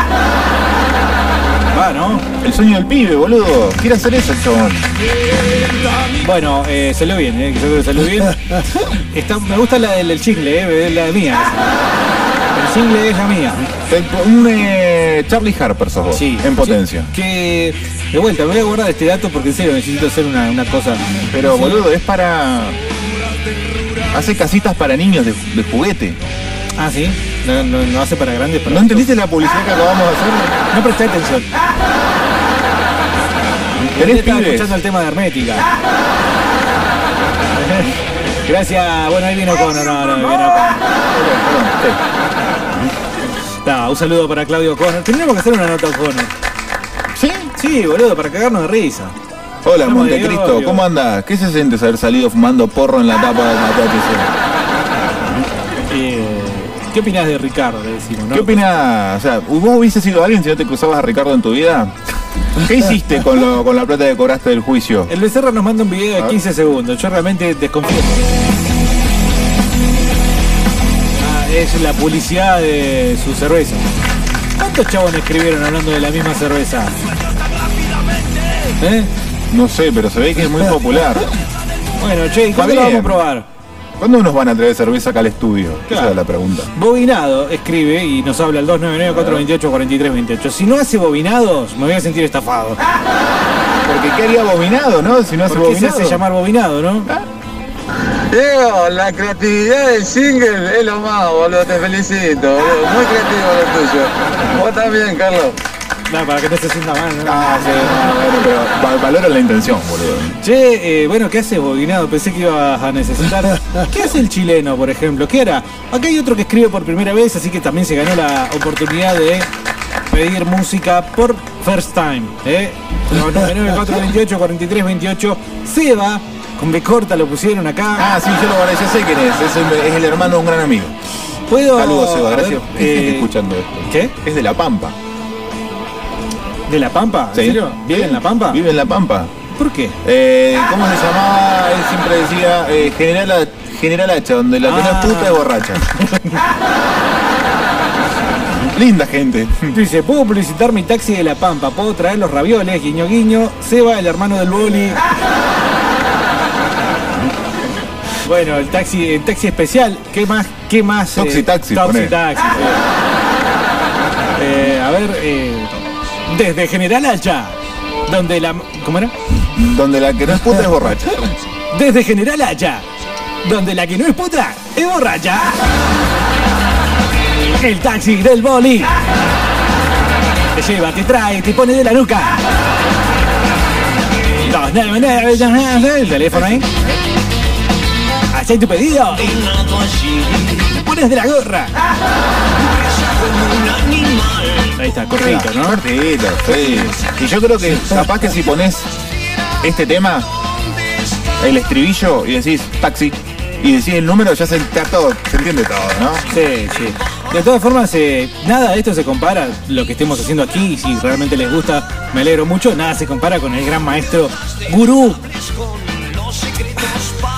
S2: Va, ¿no?
S6: El sueño del pibe, boludo. Quiere hacer eso, chabón.
S2: Bueno, eh, salió bien, eh, que yo creo que salió bien. Está- me gusta la del, del chingle, eh, la mía. esa. El chingle es la mía.
S6: El- Un eh, Charlie Harper sos vos,
S2: Sí.
S6: en potencia.
S2: Que, de vuelta, me voy a guardar este dato porque en serio necesito hacer una, una cosa.
S6: Pero
S2: Sí.
S6: boludo, es para. Hace casitas para niños de, de juguete.
S2: Ah, sí. No, no- no hace para grandes, para
S6: ¿No entendiste la publicidad que acabamos de hacer?
S2: No presté atención.
S6: Tenés
S2: Estaba
S6: pibes.
S2: escuchando el tema de Hermética. Gracias. Bueno, ahí vino Cono. No, no, vino Cono.
S6: Perdón, sí.
S2: No, un saludo para Claudio Cono. Tendríamos que hacer una nota con
S6: ¿Sí?
S2: Sí, boludo, para cagarnos de risa.
S6: Hola
S2: Estamos de
S6: Montecristo,
S2: odio.
S6: ¿cómo andás? ¿Qué se siente haber salido fumando porro en la tapa de la THC?
S2: Eh, ¿Qué opinás de Ricardo? Le decimos, ¿no?
S6: ¿Qué opinás? O sea, ¿vos hubieses sido alguien si no te cruzabas a Ricardo en tu vida? ¿Qué hiciste con, lo- con la plata que cobraste del juicio?
S2: El Becerra nos manda un video de 15 segundos. Yo realmente desconfío. Ah, es la publicidad de su cerveza. ¿Cuántos chavos escribieron hablando de la misma cerveza? ¿Eh?
S6: No sé, pero se ve que es muy popular.
S2: Bueno, che, ¿y
S6: Está
S2: cuándo lo vamos a
S6: bien.
S2: probar?
S6: ¿Cuándo nos van a traer cerveza acá al estudio? Esa
S2: Claro.
S6: es la pregunta.
S2: Bobinado escribe y nos habla al 299-428-4328. Si no hace bobinados, me voy a sentir estafado.
S6: Porque ¿qué haría Bobinado, no? Si no hace
S2: ¿Por qué se
S6: Bobinado.
S2: hace llamar bobinado, no?
S5: Diego, la creatividad del single es lo más, boludo, te felicito, boludo. Muy creativo lo tuyo. Vos también, Carlos.
S2: No, para que no se sienta mal, ¿no?
S6: Ah, sí, no, bueno, pero val- valora la intención, boludo.
S2: Che, eh, bueno, ¿qué haces, Boguinado? Pensé que ibas a necesitar. ¿Qué hace el chileno, por ejemplo? ¿Qué hará? Acá hay otro que escribe por primera vez, así que también se ganó la oportunidad de pedir música por first time. ¿eh? 428 43 28 Seba, con B corta lo pusieron acá.
S6: Ah, sí, yo lo valoro, ya sé quién es. Es el, es el hermano de un gran amigo.
S2: ¿Puedo...?
S6: Saludos, Seba,
S2: a ver,
S6: gracias por
S2: eh,
S6: escuchando esto.
S2: ¿Qué?
S6: Es de La Pampa.
S2: ¿De La Pampa? ¿En
S6: Sí.
S2: serio? ¿Vive en La Pampa?
S6: Vive en La Pampa.
S2: ¿Por qué?
S6: Eh, ¿Cómo se llamaba? Él siempre decía eh, General, General Hacha, donde la
S2: Ah.
S6: tenés puta y borracha. Linda gente.
S2: Dice, puedo publicitar mi taxi de La Pampa, puedo traer los ravioles, guiño guiño, Seba, el hermano del boli. Bueno, el taxi, el taxi especial, ¿qué más? ¿Qué más? eh,
S6: Toxi taxi,
S2: Toxi
S6: poné.
S2: taxi, sí. Eh, a ver, eh, desde General Hacha, donde la... ¿Cómo era?
S6: Donde la que no es puta es borracha.
S2: Desde General Haya, donde la que no es puta es borracha. El taxi del boli. Te lleva, te trae, te pone de la nuca. Dos, nueve, nueve, dos, nueve, nueve, El teléfono ahí. Hacé tu pedido. y Te pones de la gorra. Ahí está, cortito, ¿no?
S6: Cortito, sí. Y yo creo que capaz que si pones este tema, el estribillo, y decís taxi, y decís el número, ya se está todo, se entiende todo, ¿no?
S2: Sí, sí. De todas formas, eh, nada de esto se compara lo que estemos haciendo aquí. Y si realmente les gusta, me alegro mucho. Nada se compara con el gran maestro gurú,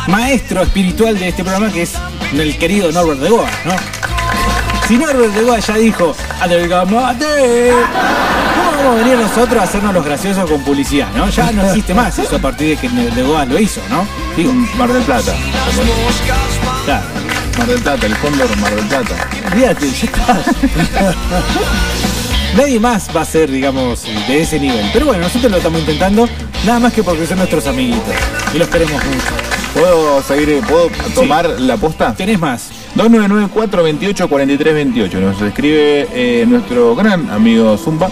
S2: maestro espiritual de este programa, que es el querido Norbert de Goa, ¿no? Si Norbert de Goa ya dijo, ¡Adelgamate! ¿Cómo vamos a venir nosotros a hacernos los graciosos con publicidad, no? Ya no existe más eso a partir de que de Goa lo hizo, ¿no? Digo,
S6: Mar del Plata.
S2: ya,
S6: Mar del Plata, el cóndor Mar del Plata.
S2: olvídate, ya está. Nadie más va a ser, digamos, de ese nivel. Pero bueno, nosotros lo estamos intentando, nada más que porque son nuestros amiguitos. Y los queremos mucho.
S6: ¿Puedo seguir? eh, ¿Puedo tomar la posta?
S2: ¿Tenés más?
S6: 2994-284328. Nos escribe eh, nuestro gran amigo Zumba.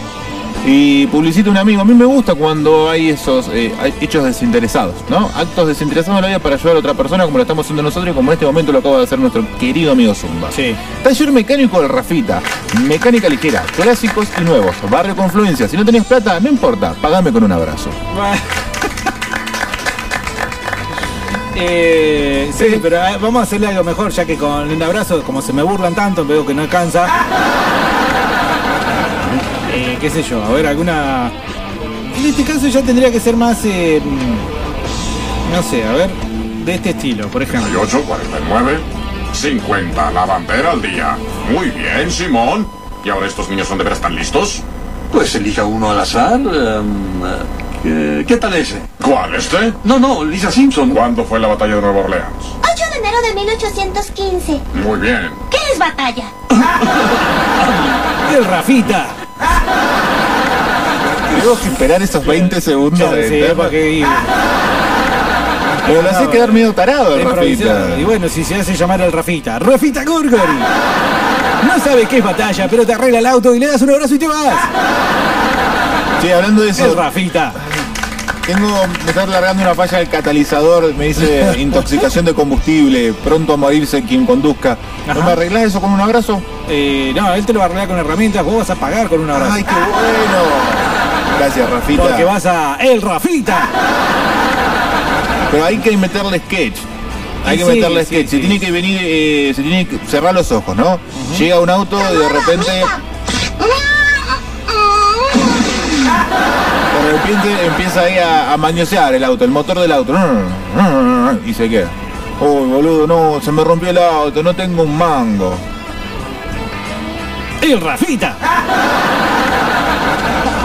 S6: Y publicita un amigo. A mí me gusta cuando hay esos eh, hay hechos desinteresados, ¿no? Actos desinteresados en la vida para ayudar a otra persona, como lo estamos haciendo nosotros y como en este momento lo acaba de hacer nuestro querido amigo Zumba.
S2: Sí.
S6: Taller mecánico de Rafita. Mecánica ligera, clásicos y nuevos. Barrio Confluencia. Si no tenés plata, no importa. Pagame con un abrazo.
S2: Eh, sí, pero eh, vamos a hacerle algo mejor, ya que con un abrazo, como se me burlan tanto, veo que no alcanza. Eh, qué sé yo, a ver, alguna... En este caso ya tendría que ser más... eh, mm, no sé, a ver, de este estilo, por ejemplo.
S10: 49, 50, la bandera al día. Muy bien, Simón. ¿Y ahora estos niños son de veras tan listos?
S5: Pues elija uno al azar. em, eh, ¿Qué tal ese?
S10: ¿Cuál este?
S5: No, no, Lisa Simpson.
S10: ¿Cuándo fue la batalla de Nueva Orleans?
S3: 8 de enero de 1815.
S10: Muy bien.
S3: ¿Qué es batalla?
S2: El Rafita.
S6: Tengo que esperar esos 20 segundos
S2: Claro,
S6: de
S2: sí,
S6: tema.
S2: para que- y-
S6: Pero lo hace quedar medio tarado,
S2: Es
S6: Rafita.
S2: provincial. Y bueno, si se hace llamar al Rafita, Rafita Gorgori. No sabes qué es batalla, pero te arregla el auto y le das un abrazo y te vas.
S6: Sí, hablando de
S2: Es
S6: eso,
S2: Rafita.
S6: tengo, me está largando una falla del catalizador, me dice intoxicación de combustible, pronto a morirse quien conduzca. ¿No
S2: Ajá.
S6: me arreglás eso con un abrazo?
S2: Eh, no, él te lo va a arreglar con herramientas, vos vas a pagar con un abrazo.
S6: ¡Ay, qué bueno! Gracias,
S2: porque
S6: Rafita.
S2: vas a. ¡El Rafita!
S6: Pero hay que meterle sketch. Hay
S2: Y
S6: que
S2: sí,
S6: meterle
S2: sí,
S6: sketch. se
S2: sí.
S6: tiene que venir, eh, se tiene que cerrar los ojos, ¿no? Llega un auto y de repente, de repente empieza ahí a, a mañosear el auto, el motor del auto. Y se queda. Uy, boludo, no, se me rompió el auto, no tengo un mango.
S2: ¡El Rafita!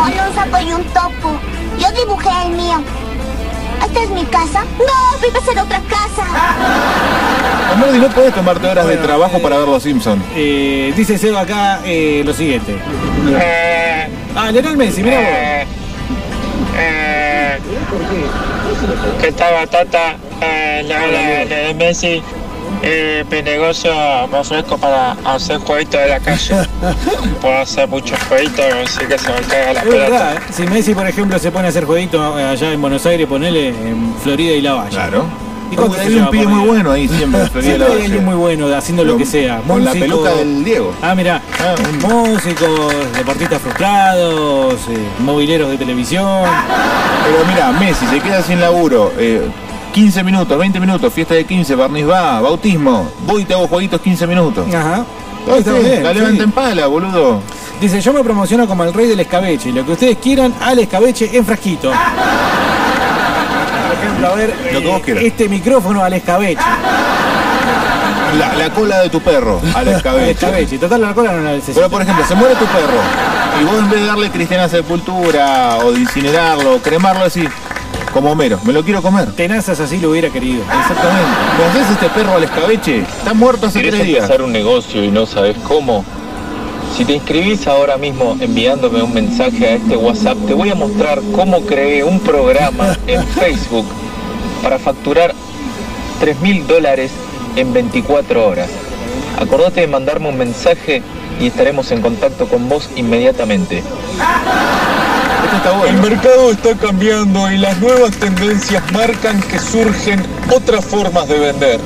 S3: Hoy un sapo y un topo. Yo dibujé el mío. ¿Esta es mi casa? No, voy a hacer otra casa.
S6: Amor, ¿y no puedes tomarte horas
S2: Bueno,
S6: de trabajo
S2: eh,
S6: para ver los Simpsons.
S2: Eh, dice Seba acá eh, lo siguiente.
S8: Eh,
S2: Ah, Leonel Messi, mira vos.
S8: eh, eh. ¿Qué tal, Batata? Eh, le habla Leonel Messi. Eh, mi negocio me ofrezco para hacer jueguitos de la calle. Puedo hacer muchos jueguitos, así que se me caiga la
S2: Es verdad,
S8: pelota.
S2: eh. si Messi, por ejemplo, se pone a hacer jueguito eh, allá en Buenos Aires, ponele en Florida y La Valle.
S6: Claro.
S2: ¿Y cuánto
S6: Uy,
S2: se
S6: hay
S2: lleva
S6: un pibe
S2: por
S6: muy
S2: día?
S6: bueno ahí siempre. en Florida
S2: Siempre
S6: de la
S2: hay
S6: Valle.
S2: alguien muy bueno haciendo lo,
S6: Con-
S2: que sea.
S6: Con la
S2: Músico-
S6: peluca del Diego.
S2: Ah, mirá.
S6: Ah.
S2: Músicos, deportistas frustrados, eh, mobileros de televisión.
S6: Ah. Pero mira, Messi se queda sin laburo. eh, 15 minutos, 20 minutos, fiesta de 15, barniz va, bautismo. Voy y te hago jueguitos 15 minutos.
S2: Ajá.
S6: Ah,
S2: Está
S6: sí,
S2: bien,
S6: la
S2: sí.
S6: levanta en pala, boludo.
S2: Dice, yo me promociono como el rey del escabeche. Lo que ustedes quieran, al escabeche en frasquito. Por ejemplo, a ver,
S6: Lo que vos quieras.
S2: este micrófono al escabeche.
S6: La, la cola de tu perro al
S2: Al
S6: escabeche.
S2: escabeche. Total, la cola no la necesito.
S6: Pero por ejemplo, se muere tu perro y vos en vez de darle cristiana sepultura o de incinerarlo o cremarlo así, como Homero, me lo quiero comer.
S2: Tenazas así lo hubiera querido.
S6: Exactamente. ¿Me haces este perro al escabeche? Está muerto hace
S5: ¿Quieres
S6: tres días.
S5: empezar un negocio y no sabes cómo? Si te inscribís ahora mismo enviándome un mensaje a este WhatsApp, te voy a mostrar cómo creé un programa en Facebook para facturar 3 mil dólares en 24 horas. Acordate de mandarme un mensaje y estaremos en contacto con vos inmediatamente.
S6: Esto está
S5: El
S6: bueno.
S5: mercado está cambiando y las nuevas tendencias marcan que surgen otras formas de vender.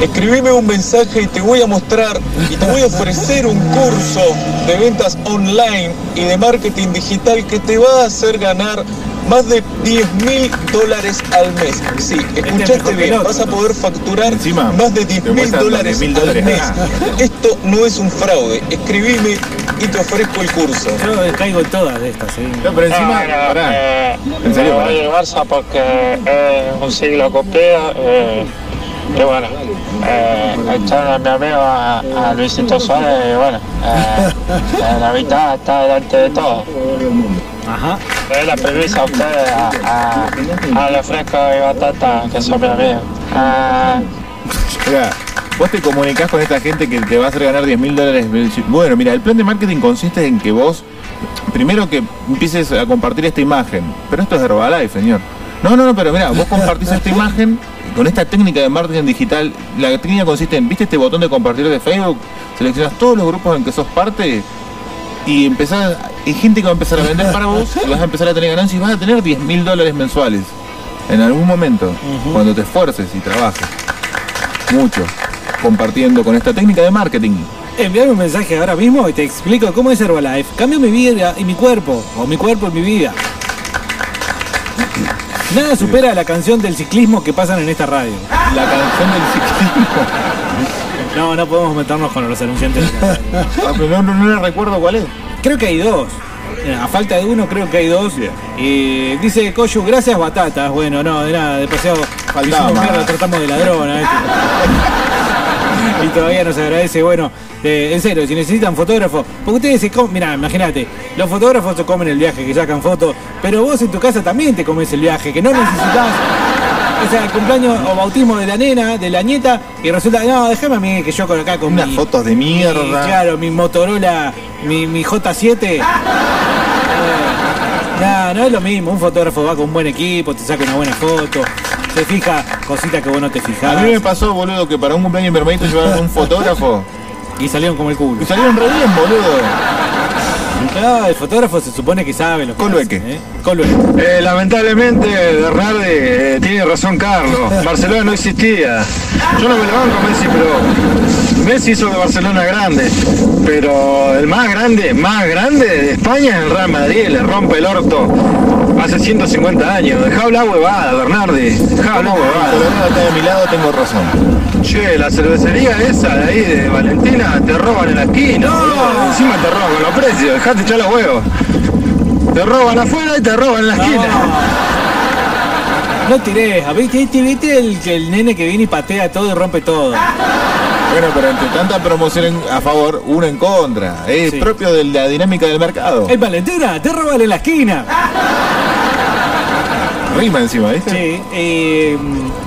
S5: Escribime un mensaje y te voy a mostrar y te voy a ofrecer un curso de ventas online y de marketing digital que te va a hacer ganar
S11: más de 10 mil dólares al mes. Sí, escuchaste
S6: mejor que Este el
S11: bien,
S6: otro.
S11: vas a poder facturar más de 10 mil
S6: cuesta
S11: dólares
S6: 10.000
S11: al
S6: dólares.
S11: mes.
S6: Ah.
S11: Esto no es un fraude, escribime y te ofrezco el curso.
S2: Yo caigo en todas de estas, sí.
S6: No, pero
S8: No, no, eh,
S6: En serio,
S8: me
S6: pará.
S8: voy al Barça porque eh, es un siglo cumplido. eh, y bueno, eh, echaron a mi amigo a, a Luisito Suárez y bueno, eh, eh, la mitad está delante de todo.
S2: Ajá.
S8: Le doy la premisa a ustedes, a, a, a los frescos y batata que son mi amigo. Ah,
S6: Mirá, vos te comunicás con esta gente que te va a hacer ganar 10 mil dólares. Bueno, mira, el plan de marketing consiste en que vos, primero que empieces a compartir esta imagen. Pero esto es Herbalife, señor. No, no, no, pero mira, vos compartís esta imagen con esta técnica de marketing digital. La técnica consiste en, ¿viste este botón de compartir de Facebook? Seleccionás todos los grupos en que sos parte y empezás, hay gente que va a empezar a vender para vos y vas a empezar a tener ganancias y vas a tener 10 mil dólares mensuales. En algún momento, cuando te esfuerces y trabajes mucho compartiendo con esta técnica de marketing.
S2: Enviar un mensaje ahora mismo y te explico cómo es Herbalife. Cambio mi vida y mi cuerpo, o mi cuerpo y mi vida. Nada supera la canción del ciclismo que pasan en esta radio.
S6: La canción del ciclismo.
S2: No, no podemos meternos con los anunciantes.
S12: Ah,
S6: no, no, no recuerdo cuál es.
S2: Creo que hay dos. A falta de uno, creo que hay dos. Y dice Koyu, gracias batatas. Bueno, no, de nada, demasiado.
S6: Faltaba.
S2: Hicimos mierda, tratamos de ladrona. este. y todavía nos agradece. Bueno, eh, en serio, si necesitan fotógrafos, porque ustedes se comen. Mirá, imagínate, los fotógrafos se comen el viaje que sacan fotos, pero vos en tu casa también te comes el viaje, que no necesitas O sea, el cumpleaños o bautismo de la nena, de la nieta, y resulta, no, déjame a mí que yo con acá con
S6: Unas
S2: mi-
S6: fotos de
S2: Sí,
S6: mierda.
S2: claro, mi Motorola, mi, mi J7. Eh, nah, no es lo mismo. Un fotógrafo va con un buen equipo, te saca una buena foto, se fija cositas que vos no te
S6: A
S2: fijás.
S6: mí me pasó, boludo, que para un cumpleaños de mi hermanito llevaron un fotógrafo.
S2: Y salieron como el culo.
S6: Y salieron re bien, boludo.
S2: Claro, el fotógrafo se supone que sabe lo que
S6: Colbeque.
S2: hace, ¿eh? Colbeque.
S12: Eh, lamentablemente, Bernardi eh, tiene razón Carlos. Barcelona no existía. Yo no me lo banco a Messi, pero Messi hizo de Barcelona grande. Pero el más grande, más grande de España es el Real Madrid. Le rompe el orto hace 150 años. Dejá hablar huevada, Bernardi. Dejá hablar huevada.
S6: está de mi lado, tengo razón.
S12: Che, la cervecería esa de ahí de Valentina te roban en la esquina. boludo. Encima te roban con los precios. Dejate echar los huevos. Te roban afuera y te roban en la esquina.
S2: No tiré, a ver, ¿viste, viste el, que el nene que viene y patea todo y rompe todo.
S6: Bueno, pero entre tanta promoción en- a favor, uno en contra. Es
S2: Sí.
S6: propio de la dinámica del mercado.
S2: El Valentina, te roban en la esquina.
S6: Rima encima, ¿viste?
S2: Sí, eh,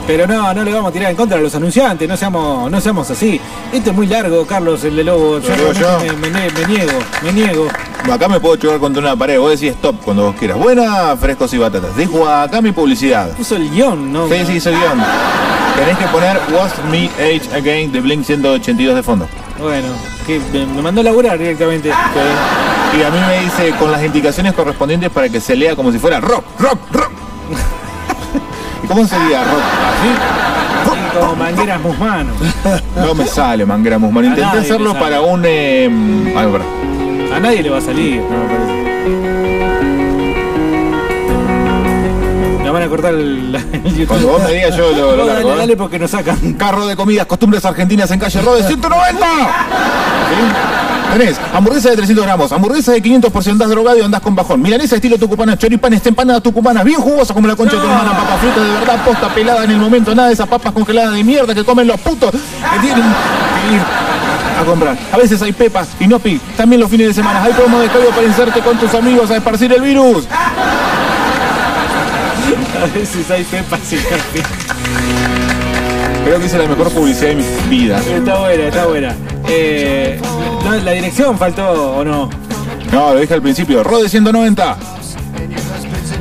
S2: pero no, no le vamos a tirar en contra a los anunciantes, no seamos, no seamos así. Esto es muy largo, Carlos, el de Lobo. Yo,
S6: digo
S2: realmente Me, me- me niego, me niego.
S6: Acá me puedo chocar contra una pared, vos decís stop cuando vos quieras. Buena, frescos y batatas. Dejo acá mi publicidad.
S2: Puso el guión, ¿no?
S6: Sí, sí, soy guión. Tenés que poner Was Me Age Again de Blink 182 de fondo.
S2: Bueno, que me, me mandó a laburar directamente.
S6: Y a mí me dice con las indicaciones correspondientes para que se lea como si fuera rock, rock, rock. ¿Y cómo sería rock?
S2: Sí, como mangueras musmano.
S6: No me sale, Manguera Musman.
S2: A
S6: Intenté
S2: nadie le
S6: hacerlo
S2: sale.
S6: para un. eh, ay, perdón.
S2: A nadie le va a salir. Nos van a cortar el, el YouTube.
S6: Cuando vos me digas, yo lo- lo
S2: No,
S6: largo,
S2: dale,
S6: ¿eh?
S2: dale, porque nos sacan.
S6: Carro de comidas, costumbres argentinas en calle Rode 190. ¿Sí? Tenés hamburguesa de 300 gramos, hamburguesa de 500 por si andás drogado y andás con bajón, milanesa estilo tucumana, choripanes, empanadas tucumanas, bien jugosas como la concha de tu hermana, papas fritas de verdad, posta pelada en el momento, nada de esas papas congeladas de mierda que comen los putos que tienen que ir a comprar. A veces hay pepas y no pi, también los fines de semana, hay promo de código para inserte con tus amigos a esparcir el virus.
S2: A veces hay pepas y café.
S6: Creo que hice la mejor publicidad de mi vida.
S2: Está buena, está buena. Eh, no, ¿La dirección faltó o no?
S6: No, lo dije al principio, Rode 190.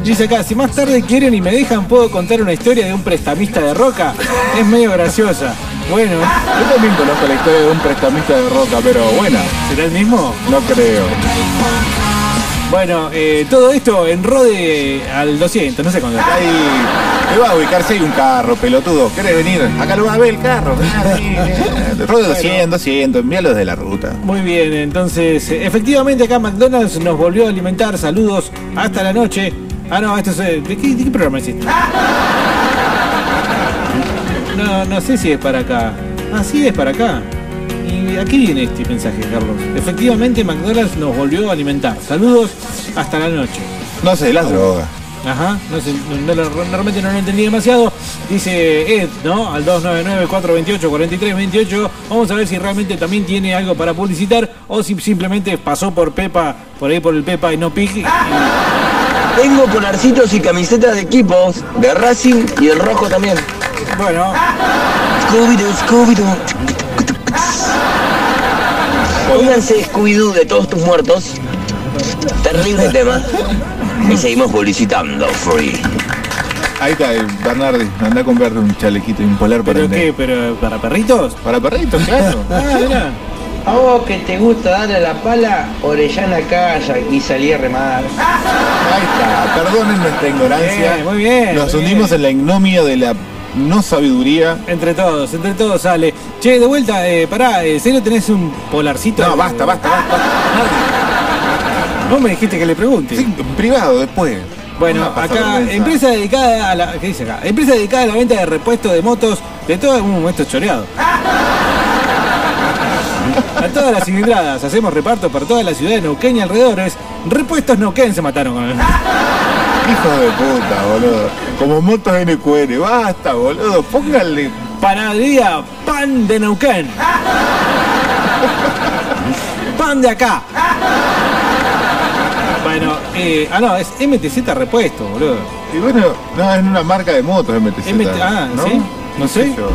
S2: Dice acá, si más tarde quieren y me dejan, puedo contar una historia de un prestamista de roca. Es medio graciosa. Bueno,
S6: Yo también conozco la historia de un prestamista de roca, pero buena,
S2: ¿será el mismo?
S6: no creo.
S2: Bueno, eh, todo esto en Rode al 200, no sé cuándo.
S6: Ahí te vas a ubicar si hay un carro, pelotudo. ¿Querés venir? Acá lo vas a ver el carro. eh. Rodo 200, 200, envíalo desde la ruta.
S2: Muy bien, entonces, eh, efectivamente acá McDonald's nos volvió a alimentar. Saludos hasta la noche. Ah, no, esto es. eh, ¿De qué, de qué programa es este? No, no sé si es para acá. Ah, sí, es para acá. ¿Y a qué viene este mensaje, Carlos? Efectivamente, McDonald's nos volvió a alimentar. Saludos hasta la noche.
S6: No sé, las drogas.
S2: Ajá, no sé, no- no lo- realmente no lo entendí demasiado. Dice Ed, ¿no? Al 299-428-4328. Vamos a ver si realmente también tiene algo para publicitar o si simplemente pasó por Pepa, por ahí por el Pepa y no Pig.
S1: Tengo polarcitos y camisetas de equipos, de Racing y el rojo también.
S2: Bueno.
S1: Scooby-Doo, Scooby-Doo. Pónganse Scooby-Doo de todos tus muertos. Terrible tema. Y seguimos publicitando, Free.
S6: Ahí está, eh, Bernardi, anda a comprarte un chalequito y un polar para
S2: ¿Pero
S6: el
S2: qué? ¿Pero para perritos? Ah,
S6: Para perritos, claro.
S13: A vos que te gusta darle la pala, Orellana calla y salí a remar.
S6: Ahí está, perdonen nuestra ignorancia.
S2: Bien, muy bien,
S6: Nos
S2: muy
S6: hundimos en la ignomia de la no sabiduría.
S2: Entre todos, entre todos sale. Che, de vuelta, eh, pará, ¿en serio tenés un polarcito? No, basta,
S6: basta,
S2: basta. Vos me dijiste que le pregunte.
S6: privado, después.
S2: Bueno,
S6: Una pasada
S2: acá,
S6: vergüenza.
S2: empresa dedicada a la. ¿Qué dice acá? Empresa dedicada a la venta de repuestos de motos de todo un momento choreado. A todas las cilindradas, hacemos reparto para toda la ciudad de Neuquén y alrededores. Repuestos Neuquén se mataron con él.
S6: Hijo de puta, boludo. Como motos NQN, basta, boludo. Pónganle.
S2: Panadería Pan de Neuquén. Pan de acá. Bueno, eh, ah, no, es MTZ Repuesto, boludo.
S6: Y bueno, no, es una marca de motos MTZ.
S2: MT ah,
S6: ¿no?
S2: ¿sí? No sé.
S6: yo.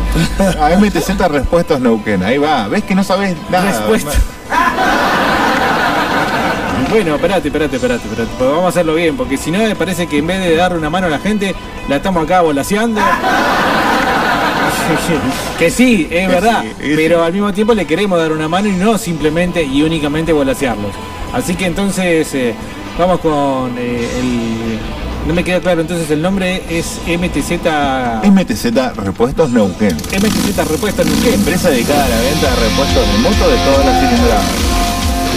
S6: Ah, MTZ Respuestas Neuquén, ahí va. ¿Ves que no sabes nada?
S2: Respuesta. Bueno, espérate, espérate, espérate, espérate. porque Vamos a hacerlo bien, porque si no me parece que en vez de darle una mano a la gente, la estamos acá volaseando. que sí, es verdad. pero al mismo tiempo le queremos dar una mano y no simplemente y únicamente volasearlos. Así que entonces eh, vamos con eh, el. No me queda claro, entonces el nombre es MTZ.
S6: MTZ Repuestos Neuquén.
S2: MTZ Repuesta Neuquén.
S6: Empresa dedicada a la venta de repuestos de motos de todas las cilindradas.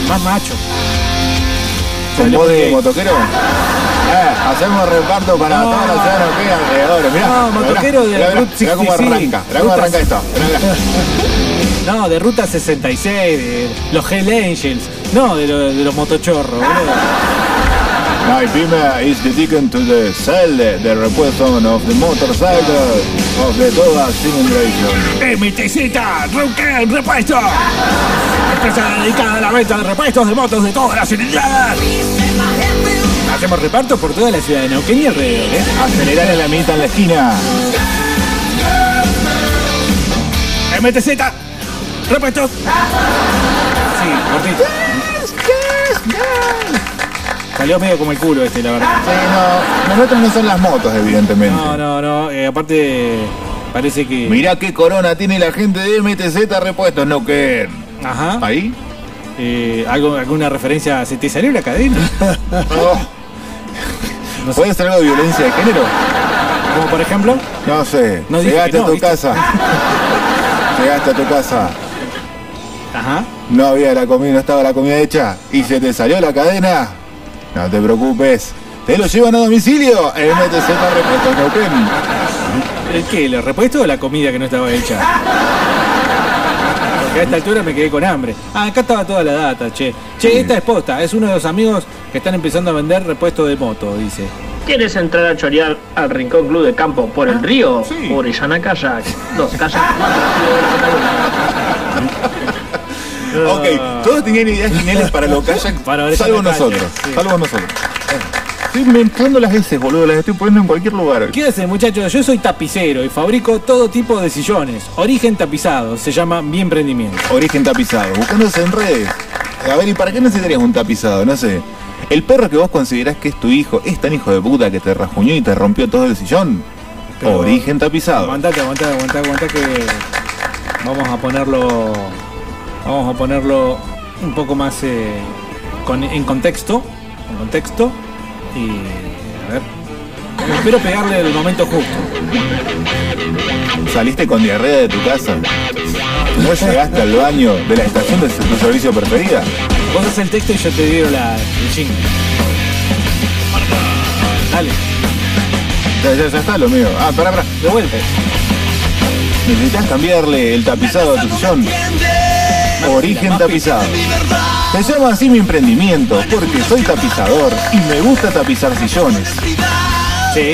S2: Más macho.
S6: ¿Con voz de motoquero? Eh, hacemos reparto para toda la ciudad de Neuquén alrededor. Mirá,
S2: No,
S6: mirá,
S2: motoquero de
S6: mirá, mirá,
S2: Route
S6: mirá cómo
S2: 66.
S6: arranca. Mirá cómo arranca esto. Mirá, mirá.
S2: No, de Ruta 66, de los Hell Angels, no de, lo- de los motochorros, boludo.
S6: My Pima is dedicated to the sale, the repuesto of the motorcycle of the Toda Simulation.
S2: MTZ, Neuquén, repuesto. Empresa dedicada a la venta de repuestos de motos de todas las cilindradas. Hacemos repartos por toda la ciudad de Neuquén y alrededor, ¿eh?
S6: Acelerar en la mitad en la esquina.
S2: MTZ, repuestos. Sí, cortito. Salió medio como el culo este, la verdad.
S6: Sí, no, nosotros no son las motos, evidentemente.
S2: No, no, no, eh, aparte parece que...
S6: Mirá qué corona tiene la gente de MTZ Repuestos, no que...
S2: Ajá.
S6: ¿Ahí?
S2: Eh, ¿algo- ¿Alguna referencia? ¿Se te salió la cadena? Ah.
S6: Oh. ¿Puede ser algo de violencia de género?
S2: Como por ejemplo...
S6: No sé,
S2: No dije
S6: llegaste
S2: que no,
S6: a tu
S2: ¿viste?
S6: casa. llegaste a tu casa.
S2: Ajá.
S6: No había la comida, no estaba la comida hecha. Y se te salió la cadena. No te preocupes. Te lo llevan a domicilio. El MTZ Repuestos Neuquén.
S2: Ah. ¿El qué? ¿El repuesto o la comida que no estaba hecha? Porque a esta altura me quedé con hambre. Ah, acá estaba toda la data, che. Che, esta es posta, es uno de los amigos que están empezando a vender repuestos de moto, dice.
S14: ¿Quieres entrar a chorear al Rincón Club de Campo por
S8: Ah,
S14: el río? Orellana Kayak. Dos kayak más rápido de la
S6: Ok, todos tenían ideas geniales para los kayak, salvo
S2: Kayak,
S6: nosotros.
S2: sí. Eh.
S6: Salvo nosotros. Estoy inventando las veces, boludo, las estoy poniendo en cualquier lugar.
S2: ¿Qué hacen, muchachos? Yo soy tapicero y fabrico todo tipo de sillones. Origen tapizado, se llama mi emprendimiento.
S6: Origen tapizado, buscándose en redes. A ver, ¿y para qué necesitarías un tapizado? No sé. El perro que vos considerás que es tu hijo es tan hijo de puta que te rajuñó y te rompió todo el sillón.
S2: Pero-
S6: Origen tapizado.
S2: Aguantate, aguantate, aguantate, aguantate que vamos a ponerlo. Vamos a ponerlo un poco más eh, con- en contexto. En contexto. Y. A ver. Espero pegarle el momento justo.
S6: Saliste con diarrea de tu casa. No llegaste al baño de la estación de tu servicio preferida.
S2: Vos haces el texto y yo te digo la, el jingle. Dale.
S6: Ya, ya, ya está lo mío. Ah, pará, pará.
S2: Devuelve.
S6: Necesitas cambiarle el tapizado a tu sillón. Origen tapizado. Se llama así mi emprendimiento porque soy tapizador y me gusta tapizar sillones.
S2: Sí.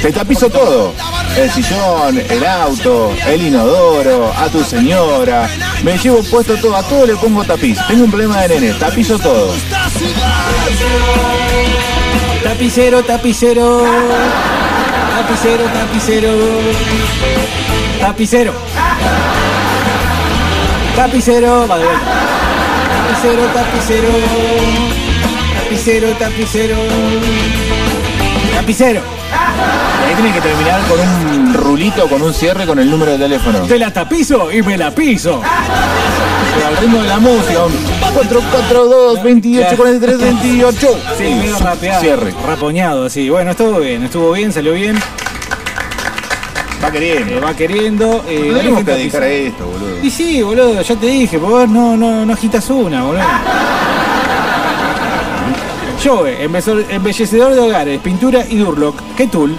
S6: Te tapizo todo. El sillón, el auto, el inodoro, a tu señora. Me llevo puesto todo, a todo le pongo tapiz. Tengo un problema de nene, tapizo todo.
S2: Tapicero, tapicero. Tapicero, tapicero. Tapicero. Tapicero. Va de vuelta. Tapicero, tapicero. Tapicero, tapicero. Tapicero.
S6: Y ahí tiene que terminar con un rulito, con un cierre, con el número de teléfono.
S2: Te la tapizo y me la piso.
S6: Pero al ritmo de la música. un 442 28 43 28.
S2: Sí, medio rapeado.
S6: Cierre.
S2: Rapoñado, así. Bueno, estuvo bien, estuvo bien, salió bien.
S6: Va queriendo.
S2: Eh, va queriendo. eh,
S6: No tenemos
S2: origen
S6: que dedicar a
S2: tapizado.
S6: esto, boludo.
S2: Y sí, boludo, ya te dije, pues vos no, no, no agitas una, boludo. Joe, embellecedor- embellecedor de hogares, pintura y Durlock. ¿Qué tool?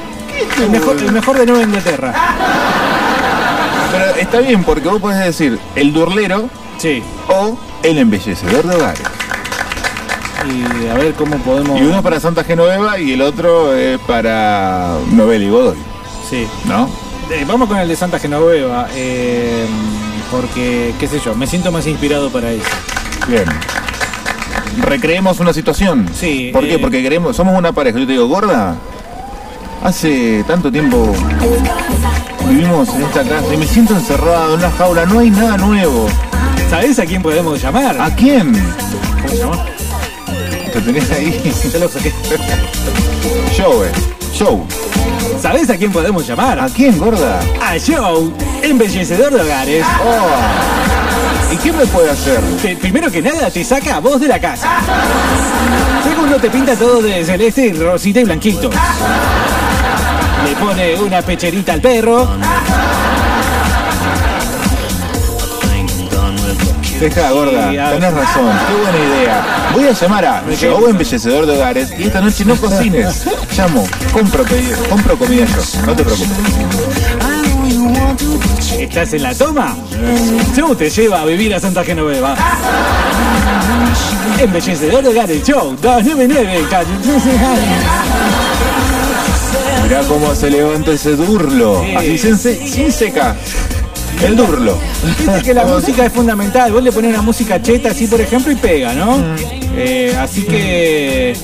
S2: El mejor, el mejor de Nueva Inglaterra.
S6: Pero está bien porque vos podés decir el durlero
S2: sí.
S6: o el embellecedor de hogares.
S2: Y a ver cómo podemos.
S6: Y uno es para Santa Genoveva y el otro es para Novelli Godoy,
S2: Sí.
S6: ¿no?
S2: Eh, vamos con el de Santa Genoveva, eh, porque, qué sé yo, me siento más inspirado para eso.
S6: Bien. Recreemos una situación.
S2: Sí.
S6: ¿Por qué?
S2: eh,
S6: Porque queremos, somos una pareja. Yo te digo, gorda, hace tanto tiempo vivimos en esta casa y me siento encerrado en una jaula, no hay nada nuevo.
S2: ¿Sabés a quién podemos llamar?
S6: ¿A quién?
S2: ¿Cómo se llama?
S6: Te tenés ahí.
S2: Ya lo saqué.
S6: Joe. Joe.
S2: ¿Sabés a quién podemos llamar?
S6: eh. ¿A quién, gorda?
S2: A Joe, embellecedor de hogares.
S6: Oh. ¿Y qué me puede hacer?
S2: Te- primero que nada, te saca a vos de la casa. Segundo, te pinta todo de celeste, y rosita y blanquito. Le pone una pecherita al perro.
S6: Deja, gorda,
S2: Sí, a-
S6: tenés razón, qué buena idea. Voy a llamar a Joe Embellecedor de Hogares y esta noche no cocines. Llamo, compro, pedido- compro comida yo, no te preocupes.
S2: ¿Estás en la toma? Joe te lleva a vivir a Santa Genoveva. Embellecedor de hogares, Joe, 299, calle 13 Hall.
S6: Mirá cómo se levanta ese durlo. Así sin, se- sin seca. El durlo.
S2: Viste que la música es fundamental. Vos le pones una música cheta así, por ejemplo, y pega, ¿no?
S6: Mm.
S2: Eh, así que.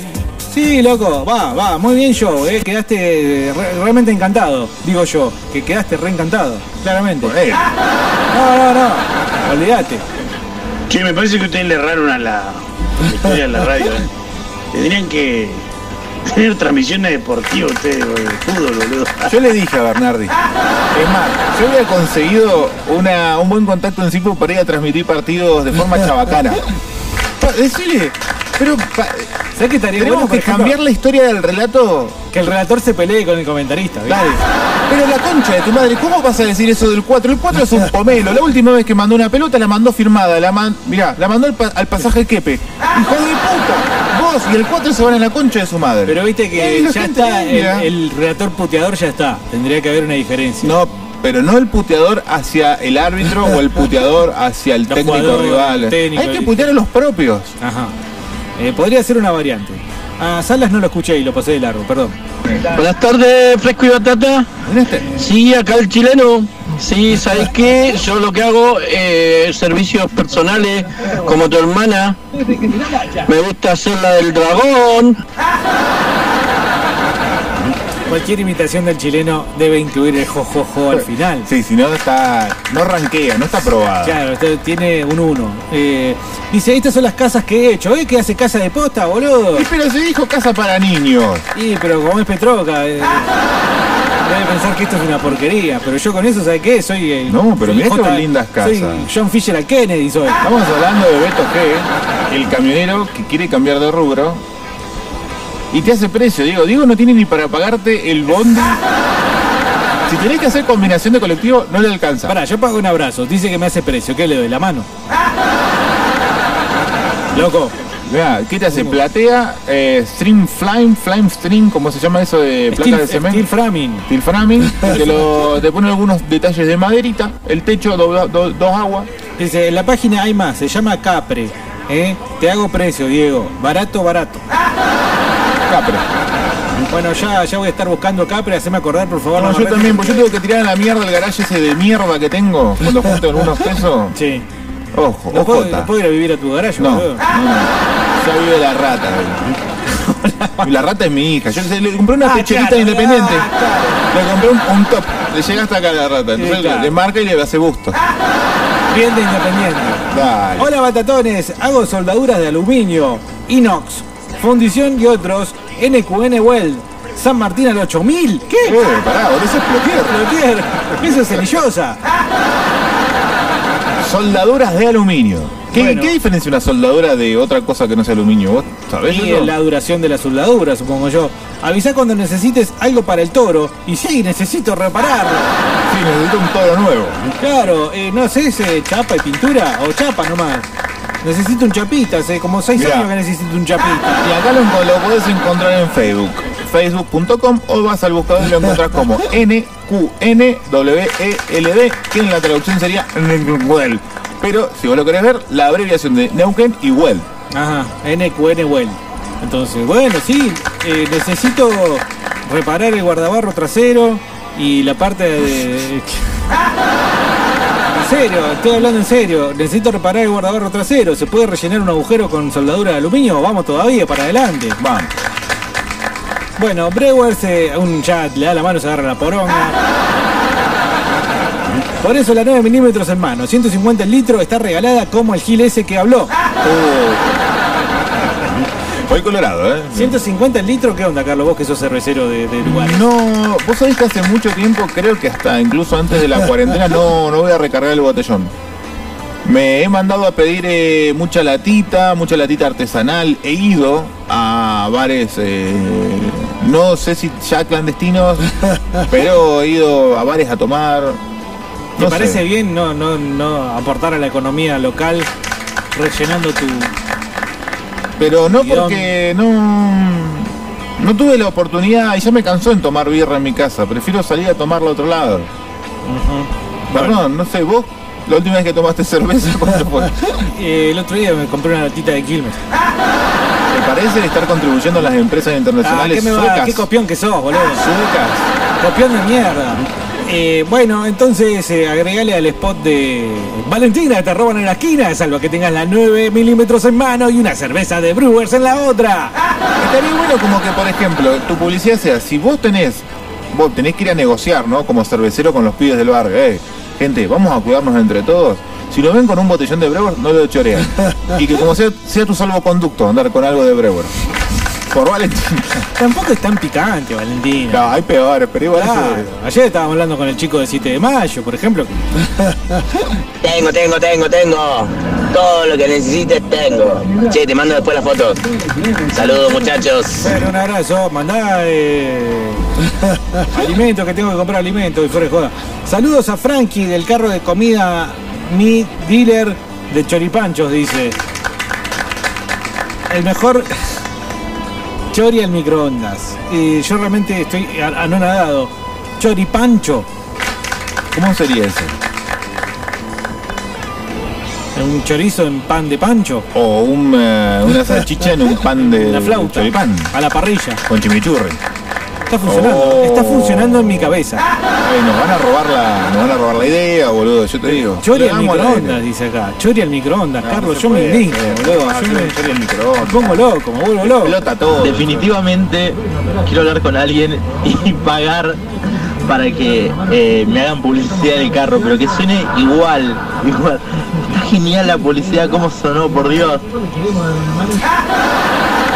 S2: Sí, loco, va, va, muy bien yo, eh, quedaste re- realmente encantado, digo yo, que quedaste reencantado, claramente.
S6: Eh,
S2: No, no, no, olvídate.
S9: Che, me parece que ustedes le erraron a la la historia de la radio. ¿eh? Tendrían que tener transmisiones deportivas ustedes, boludo, de fútbol, boludo.
S6: Yo le dije a Bernardi. Es más, yo había conseguido una- un buen contacto en Cipo para ir a transmitir partidos de forma chabacana. Pa- Decile, pero pa-
S2: ¿Sabes qué estaría
S6: tenemos
S2: bueno, por
S6: que
S2: ejemplo?
S6: cambiar la historia del relato.
S2: Que el relator se pelee con el comentarista, ¿viste?
S6: Dale. Pero la concha de tu madre, ¿cómo vas a decir eso del 4? El 4 es un pomelo. La última vez que mandó una pelota la mandó firmada. La man- Mirá, la mandó al, pa- al pasaje Quepe. ¡Hijo de puta! Vos y el 4 se van a la concha de su madre.
S2: Pero viste
S6: Eh,
S2: que
S6: la
S2: ya
S6: gente
S2: está, el,
S6: cambia.
S2: el relator puteador ya está, tendría que haber una diferencia.
S6: No, pero no el puteador hacia el árbitro o el puteador hacia el técnico
S2: jugadores,
S6: rival.
S2: el técnico,
S6: Hay que
S2: el-
S6: putear a los propios.
S2: Ajá. Eh, podría ser una variante. A Salas no lo escuché y lo pasé de largo, perdón.
S15: Buenas tardes, Fresco y Batata.
S6: este,
S15: Sí, acá el chileno. Sí, ¿sabes qué? Yo lo que hago eh, servicios personales, como tu hermana. Me gusta hacer la del dragón.
S2: Cualquier imitación del chileno debe incluir el jojojo al final.
S6: Sí, si no está. no ranquea, no está probado.
S2: Claro, usted tiene un uno. Eh, dice, estas son las casas que he hecho, ¿eh? Que hace casa de posta, boludo.
S6: Y pero se dijo casa para niños.
S2: Y pero como es Petroca, eh, debe pensar que esto es una porquería. Pero yo con eso, ¿sabes qué? Soy el.
S6: No, pero
S2: soy
S6: mirá qué
S2: J-
S6: lindas casas. Ah.
S2: Soy John Fisher a Kennedy, soy.
S6: Estamos hablando de Beto G, el camionero que quiere cambiar de rubro. Y te hace precio, Diego. Diego no tiene ni para pagarte el bondi. Si tenés que hacer combinación de colectivo, no le alcanza.
S2: Pará, yo pago un abrazo. Dice que me hace precio. ¿Qué le doy? ¿La mano? Loco,
S6: Mirá, ¿Qué te hace? Platea, eh, stream flame, flame stream, ¿cómo se llama eso de placa de cemento? Steel
S2: framing.
S6: Steel framing. te, lo, te pone algunos detalles de maderita, el techo, do- do- dos aguas.
S2: Dice, en la página hay más, se llama Capre. ¿eh? Te hago precio, Diego. Barato, barato.
S6: Capre.
S2: Bueno, ya, ya voy a estar buscando Capre, haceme acordar, por favor.
S6: No, yo también, pues yo tengo que tirar a la mierda el garaje ese de mierda que tengo cuando junto algunos pesos.
S2: Sí.
S6: Ojo,
S2: No puedo,
S6: ojota.
S2: no puedo ir a vivir a tu garaje,
S6: No, Ah.
S2: boludo.
S6: Ya vive la rata. boludo. Y La rata es mi hija. Yo se- le compré una
S2: Ah,
S6: pecherita
S2: claro, ah,
S6: independiente. Le compré un, un top. Le llega hasta acá la rata. Entonces le-
S2: claro.
S6: le marca y le hace gusto.
S2: Bien de independiente.
S6: Dale.
S2: Hola batatones, hago soldaduras de aluminio, inox, fundición y otros, NQN Weld, San Martín al 8000. ¿Qué?
S6: Eh, pará, boludo, eso es plotier.
S2: Plotier. Eso es semillosa.
S6: Soldaduras de aluminio. ¿Qué,
S2: Bueno.
S6: qué diferencia una soldadura de otra cosa que no sea aluminio? ¿Vos sabés
S2: Y
S6: eso?
S2: la duración de la soldadura, supongo yo. Avisa cuando necesites algo para el toro. Y sí, necesito repararlo.
S6: Sí, necesito un toro nuevo.
S2: Claro, eh, no sé, eh, chapa y pintura o chapa nomás. Necesito un chapita, hace como seis
S6: Mirá.
S2: años que necesito un chapita.
S6: Y acá lo, lo podés encontrar en Facebook. Facebook.com o vas al buscador y lo encontrás como NQNWELD, E que en la traducción sería NQL. Pero si vos lo querés ver, la abreviación de Neuquén y WEL.
S2: Ajá, NQN Well. Entonces, bueno, sí, eh, necesito reparar el guardabarro trasero y la parte de... En serio, estoy hablando en serio. Necesito reparar el guardabarro trasero. ¿Se puede rellenar un agujero con soldadura de aluminio? Vamos todavía, para adelante.
S6: Vamos.
S2: Bueno, Brewer se, un chat le da la mano, se agarra la poronga. Por eso la 9 milímetros en mano, 150 el litro, está regalada como el gil ese que habló.
S6: Hoy Uh. Colorado, ¿eh?
S2: 150 el litro, ¿qué onda, Carlos? Vos que sos cervecero de, de lugares.
S6: No, vos sabés que hace mucho tiempo, creo que hasta incluso antes de la cuarentena, no, no voy a recargar el botellón. Me he mandado a pedir eh, mucha latita, mucha latita artesanal. He ido a bares, eh, no sé si ya clandestinos, pero he ido a bares a tomar.
S2: ¿Te
S6: no sé.
S2: parece bien no, no, no aportar a la economía local rellenando tu.
S6: Pero no
S2: Bidón.
S6: porque no. No tuve la oportunidad y ya me cansó en tomar birra en mi casa. Prefiero salir a tomarla a otro lado. Perdón, no sé, vos, la última vez que tomaste cerveza, ¿cuándo fue?
S2: Eh, el otro día me compré una latita de Quilmes.
S6: ¿Te parece estar contribuyendo a las empresas
S2: Ah,
S6: internacionales
S2: ¿qué, me va-
S6: suecas?
S2: qué copión que sos, boludo.
S6: Suecas.
S2: Copión de mierda. Eh, bueno, entonces eh, agregale al spot de Valentina, te roban en la esquina, salvo que tengas la 9 milímetros en mano y una cerveza de Brewers en la otra.
S6: Estaría bueno como que, por ejemplo, tu publicidad sea, si vos tenés, vos tenés que ir a negociar, ¿no? Como cervecero con los pibes del bar, eh, gente, vamos a cuidarnos entre todos. Si lo ven con un botellón de Brewer, no lo chorean. Y que como sea, sea tu salvoconducto andar con algo de Brewer. Por Valentina.
S2: Tampoco es tan picante, Valentina.
S6: No, hay peores, pero igual
S2: Claro,
S6: se-
S2: Ayer estábamos hablando con el chico de 7 de mayo, por ejemplo.
S1: Tengo, tengo, tengo, tengo. Todo lo que necesites tengo. Che, te mando después las fotos. Saludos muchachos.
S2: Bueno, un abrazo, mandá eh, alimentos, que tengo que comprar alimentos y fuera de joda. Saludos a Frankie del carro de comida, mi dealer de choripanchos, dice. El mejor chori al microondas. Eh, yo realmente estoy a- anonadado. Choripancho,
S6: ¿Cómo sería eso?
S2: un chorizo en pan de pancho,
S6: O un, eh, una salchicha en un pan de
S2: Una flauta.
S6: choripán.
S2: a la parrilla.
S6: Con chimichurri.
S2: Está funcionando,
S6: Oh.
S2: está funcionando en mi cabeza.
S6: Ay, nos van a robar la, nos van a robar la idea, boludo, yo te digo.
S2: Chori
S6: Le
S2: al
S6: damos la
S2: microondas,
S6: idea.
S2: dice acá. Chori al microondas,
S6: No,
S2: Carlos,
S6: no se
S2: yo me
S6: puede
S2: indigno,
S6: hacer.
S2: boludo.
S6: No,
S2: yo
S6: chori-
S2: me-
S6: chori al
S2: me
S6: microondas.
S2: pongo loco, me vuelvo loco.
S6: Pelota todo.
S7: Definitivamente quiero hablar con alguien y pagar para que eh, me hagan publicidad del carro, pero que suene igual, igual. Está genial la publicidad, cómo sonó, por Dios.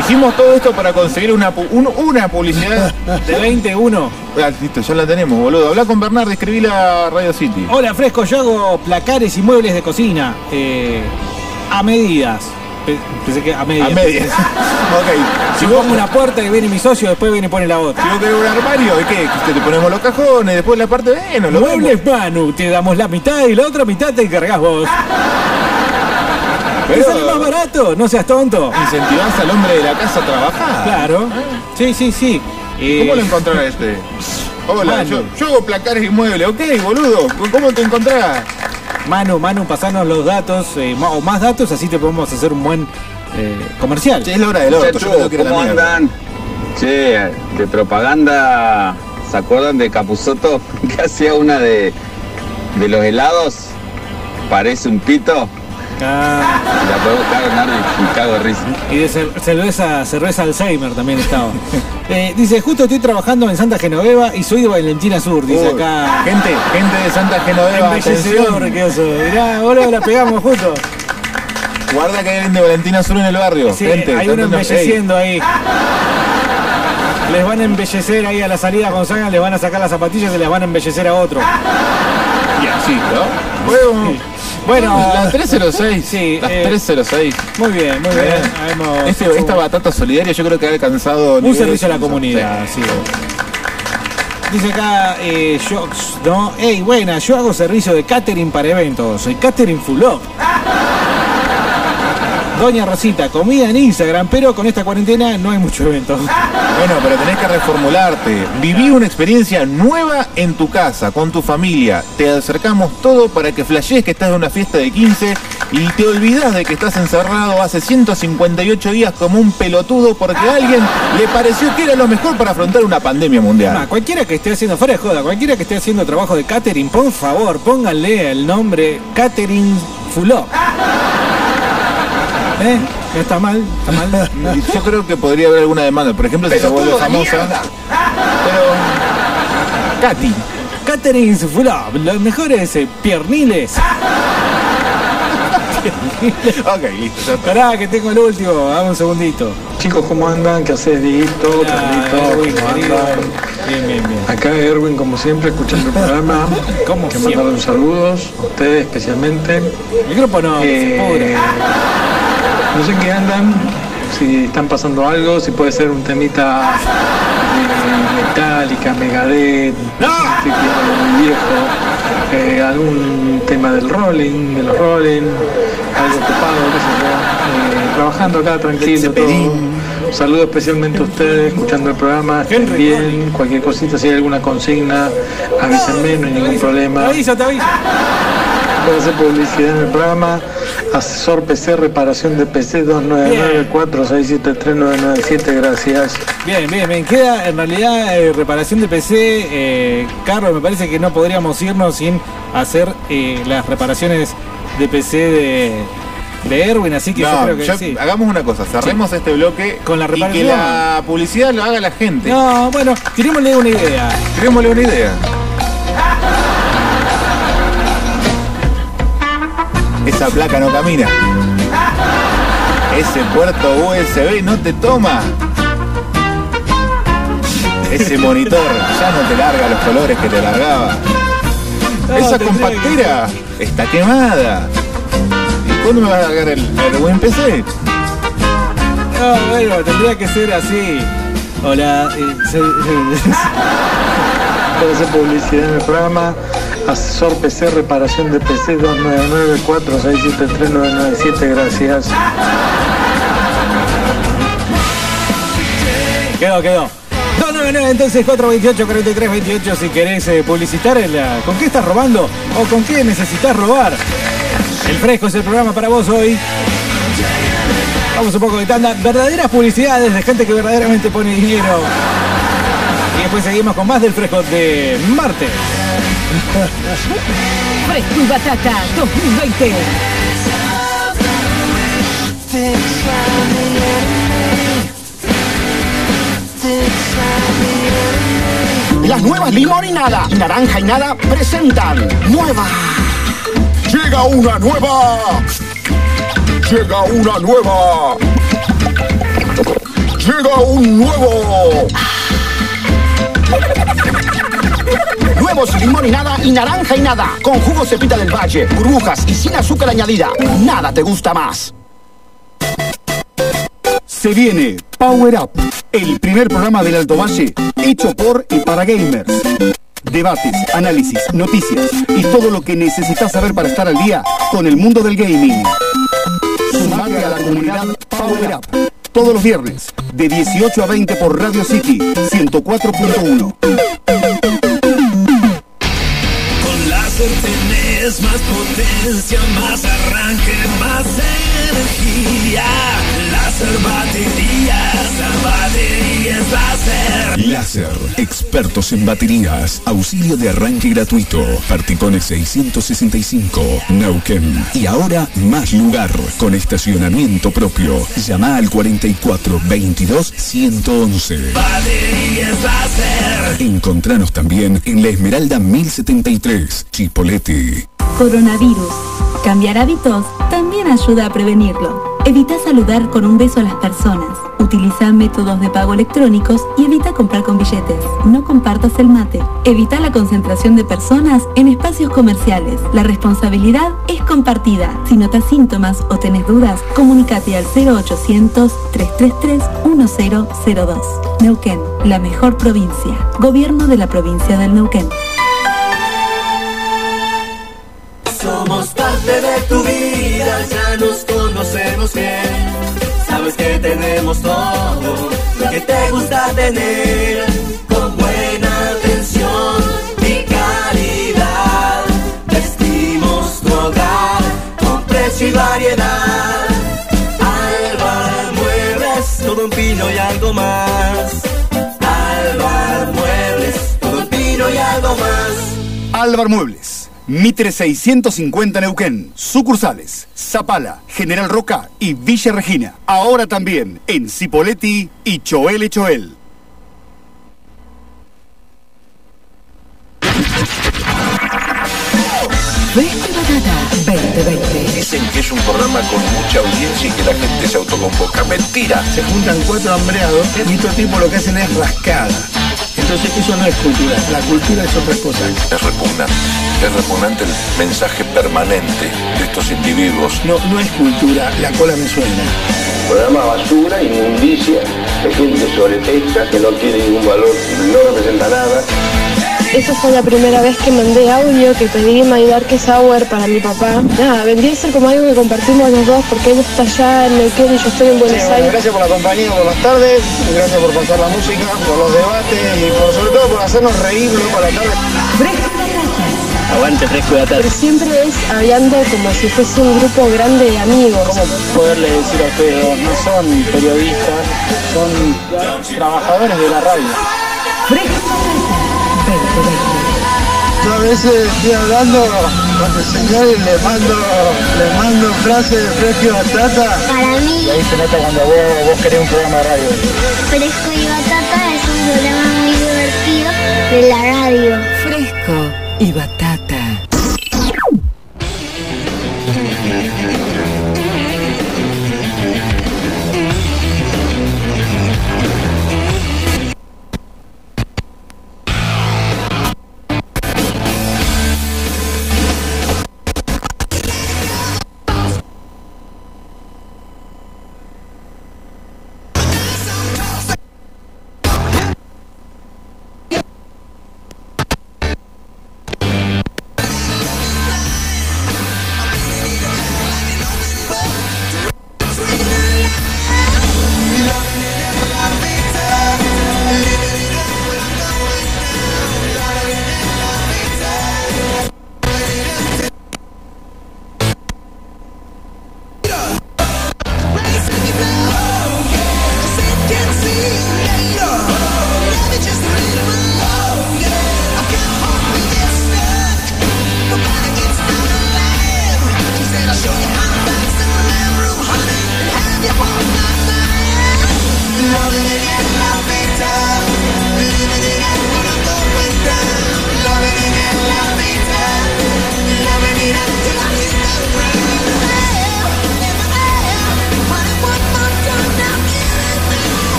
S6: Hicimos todo esto para conseguir una, pu- un- una publicidad.
S2: De 21.
S6: Ah, listo, ya la tenemos, boludo. Habla con Bernard, escribí la Radio City.
S2: Hola, fresco, yo hago placares y muebles de cocina. eh, a medidas. Pe- Pensé que a medias.
S6: A medias. ok.
S2: Si pongo una puerta y viene mi socio, después viene y pone la otra.
S6: Si vos querés un armario, ¿y qué? Que Te ponemos los cajones, después la parte de no lo vemos.
S2: Muebles Manu, te damos la mitad y la otra mitad te encargás vos. ¿Te sale más barato? No seas tonto.
S6: ¿Incentivás al hombre de la casa a trabajar?
S2: Claro. Sí, sí, sí. Eh,
S6: ¿Cómo lo encontrás este? Hola,
S2: Manu.
S6: yo, yo hago placares inmuebles, ok, boludo. ¿Cómo te encontrás?
S2: Manu, Manu, pasanos los datos, eh, ma- o más datos, así te podemos hacer un buen eh, comercial.
S6: es la hora
S16: Muchachos, ¿cómo andan? Che, de propaganda, ¿se acuerdan de Capuzoto que hacía una de, de los helados? Parece un pito. La puedo buscar en Arby, me cago de risa.
S2: Y de cer- cerveza, cerveza Alzheimer también estaba. Eh, dice, justo estoy trabajando en Santa Genoveva y soy de Valentina Sur, dice
S6: Uy,
S2: acá.
S6: Gente, gente de Santa Genoveva,
S2: Embellecedor
S6: atención.
S2: que eso. Mirá, boludo, la pegamos justo.
S6: Guarda que hay alguien de Valentina Sur en el barrio.
S2: Sí,
S6: gente,
S2: hay
S6: están
S2: uno
S6: dando-
S2: embelleciendo ahí. Les van a embellecer ahí a la salida con Sagan, les van a sacar las zapatillas y les van a embellecer a otro.
S6: Y así, ¿no? Bueno,
S2: Bueno,
S6: las 306.
S2: Sí,
S6: Las
S2: eh,
S6: 306.
S2: Muy bien, muy bien. Hemos-
S6: Este- esta batata solidaria yo creo que ha alcanzado...
S2: Un
S6: niveles-
S2: servicio a la comunidad, sí. Dice acá eh, Jox, ¿no? Ey, buena, yo hago servicio de catering para eventos. Soy catering full up. Doña Rosita, comida en Instagram, pero con esta cuarentena no hay mucho evento.
S6: Bueno, pero tenés que reformularte. Viví una experiencia nueva en tu casa, con tu familia. Te acercamos todo para que flashees que estás en una fiesta de 15 y te olvidas de que estás encerrado hace 158 días como un pelotudo porque a alguien le pareció que era lo mejor para afrontar una pandemia
S2: Ah,
S6: mundial.
S2: cualquiera que esté haciendo, fuera de joda, cualquiera que esté haciendo trabajo de catering, por favor, pónganle el nombre Catering Fuló. ¿Eh? ¿No ¿Está mal? ¿Está mal?
S6: Yo creo que podría haber alguna demanda. Por ejemplo, si se vuelve famosa.
S2: Katy. Catering Fuló, los mejores eh, pierniles.
S6: ok, listo.
S2: Pará, que tengo el último, dame un segundito.
S8: Chicos, ¿cómo andan? ¿Qué haces, Dieguito? Carlito, ¿cómo andan?
S2: Bien, bien, bien.
S8: Acá Erwin, como siempre, escuchando el programa.
S2: ¿Cómo
S8: Que mandaron saludos, a ustedes especialmente.
S2: El grupo no,
S8: Eh,
S2: se pudre.
S8: No sé en qué andan, si están pasando algo, si puede ser un temita de Metallica, Megadeth, si quieren, muy viejo, eh, algún tema del Rolling, de los Rolling, algo ocupado, qué sé yo. eh, trabajando acá tranquilo, todo. Un saludo especialmente a ustedes, escuchando el programa, estén bien, cualquier cosita, si hay alguna consigna, avísenme, no hay ningún problema.
S2: Te aviso.
S8: Puede hacer publicidad en el programa. Asesor PC, reparación de PC 2994673997, gracias.
S2: Bien, bien, bien. Queda en realidad eh, reparación de PC. Eh, Carlos, me parece que no podríamos irnos sin hacer eh, las reparaciones de PC de, de Erwin, así que yo
S6: No,
S2: creo que
S6: yo-
S2: sí.
S6: Hagamos una cosa, cerremos este bloque
S2: Con la
S6: y que
S2: reparación.
S6: la publicidad lo haga la gente.
S2: No, bueno, tirémosle una idea.
S6: Tirémosle una idea. Esa placa no camina. Ese puerto USB no te toma. Ese monitor ya no te larga los colores que te largaba.
S2: No,
S6: Esa
S2: tendría
S6: compactera está quemada. ¿Y cuándo me vas a largar el, el buen PC?
S2: No, bueno, tendría que ser así. Hola. eh, se-
S8: Puede hacer publicidad en el programa. Asesor PC, reparación de PC 2994673997, gracias.
S2: Quedó, quedó. 299 entonces 428 4328 si querés eh, publicitar el, ah, con qué estás robando o con qué necesitas robar. El fresco es el programa para vos hoy. Vamos un poco de tanda. Verdaderas publicidades de gente que verdaderamente pone dinero. Y después seguimos con más del fresco de martes.
S17: Fresco y Batata 2020.
S18: Las nuevas limón y nada, naranja y nada presentan nueva.
S19: Llega una nueva. Llega una nueva. Llega un nuevo.
S18: Nuevos limón y nada y naranja y nada. Con jugo cepita del valle, burbujas y sin azúcar añadida. Nada te gusta más.
S20: Se viene Power Up, el primer programa del Alto Valle hecho por y para gamers. Debates, análisis, noticias y todo lo que necesitas saber para estar al día con el mundo del gaming.
S8: Sumate a la comunidad Power Up. Todos los viernes, de 18 a 20 por Radio City 104.1.
S1: Con láser tenés más potencia, más arranque, más energía. Láser baterías, la batería es láser.
S6: Láser, expertos en baterías, auxilio de arranque gratuito, Partipones 665, Neuquén. Y ahora más lugar, con estacionamiento propio. Llama al 44 22 111.
S1: Batería es láser.
S6: Encontranos también en La Esmeralda 1073, Chipolete.
S21: Coronavirus. Cambiar hábitos también ayuda a prevenirlo. Evita saludar con un beso a las personas. Utiliza métodos de pago electrónicos y evita comprar con billetes. No compartas el mate. Evita la concentración de personas en espacios comerciales. La responsabilidad es compartida. Si notas síntomas o tenés dudas, comunícate al 0800-333-1002. Neuquén, la mejor provincia. Gobierno de la provincia del Neuquén.
S1: Somos parte de tu vida, ya nos conocemos bien. Sabes que tenemos todo lo que te gusta tener. Con buena atención y calidad, vestimos tu hogar con precio y variedad. Alvar Muebles, todo un pino y algo más. Alvar Muebles, todo un pino y algo más.
S8: Álvar Muebles, Mitre 650 Neuquén, sucursales, Zapala, General Roca y Villa Regina. Ahora también en Cipoletti y Choel Echoel.
S22: Fresco y Batata 2020.
S5: Dicen que es un programa con mucha audiencia y que la gente se autoconvoca. Mentira.
S2: Se juntan cuatro hambreados y estos tipos lo que hacen es rascada. Entonces eso no es cultura, la cultura es otra cosa.
S5: Es repugnante. Es repugnante el mensaje permanente de estos individuos.
S2: No, no es cultura, la cola me suena.
S23: Programa basura, inmundicia, de gente sobre testa que no tiene ningún valor, no representa nada.
S17: Esa fue la primera vez que mandé audio, que pedí My Dark Sour para mi papá. Nada, vendría a ser como algo que compartimos los dos, porque él está allá en Neuquén y yo estoy en Buenos
S2: Sí, bueno,
S17: Aires.
S2: gracias por la compañía, por las tardes, gracias por pasar la música, por los debates y por, sobre todo por hacernos reír ¿no? por la tarde.
S24: Aguante fresco de atrás.
S17: Pero siempre es hablando como si fuese un grupo grande de amigos.
S2: Poderle decir a ustedes, no son periodistas, son trabajadores de la radio.
S23: Yo a veces estoy hablando con el señor y le mando, le mando frases de fresco y batata.
S2: Y ahí se nota cuando vos, vos querés un programa de radio.
S3: Fresco y Batata es un programa muy divertido de la radio. Fresco
S22: Y Batata.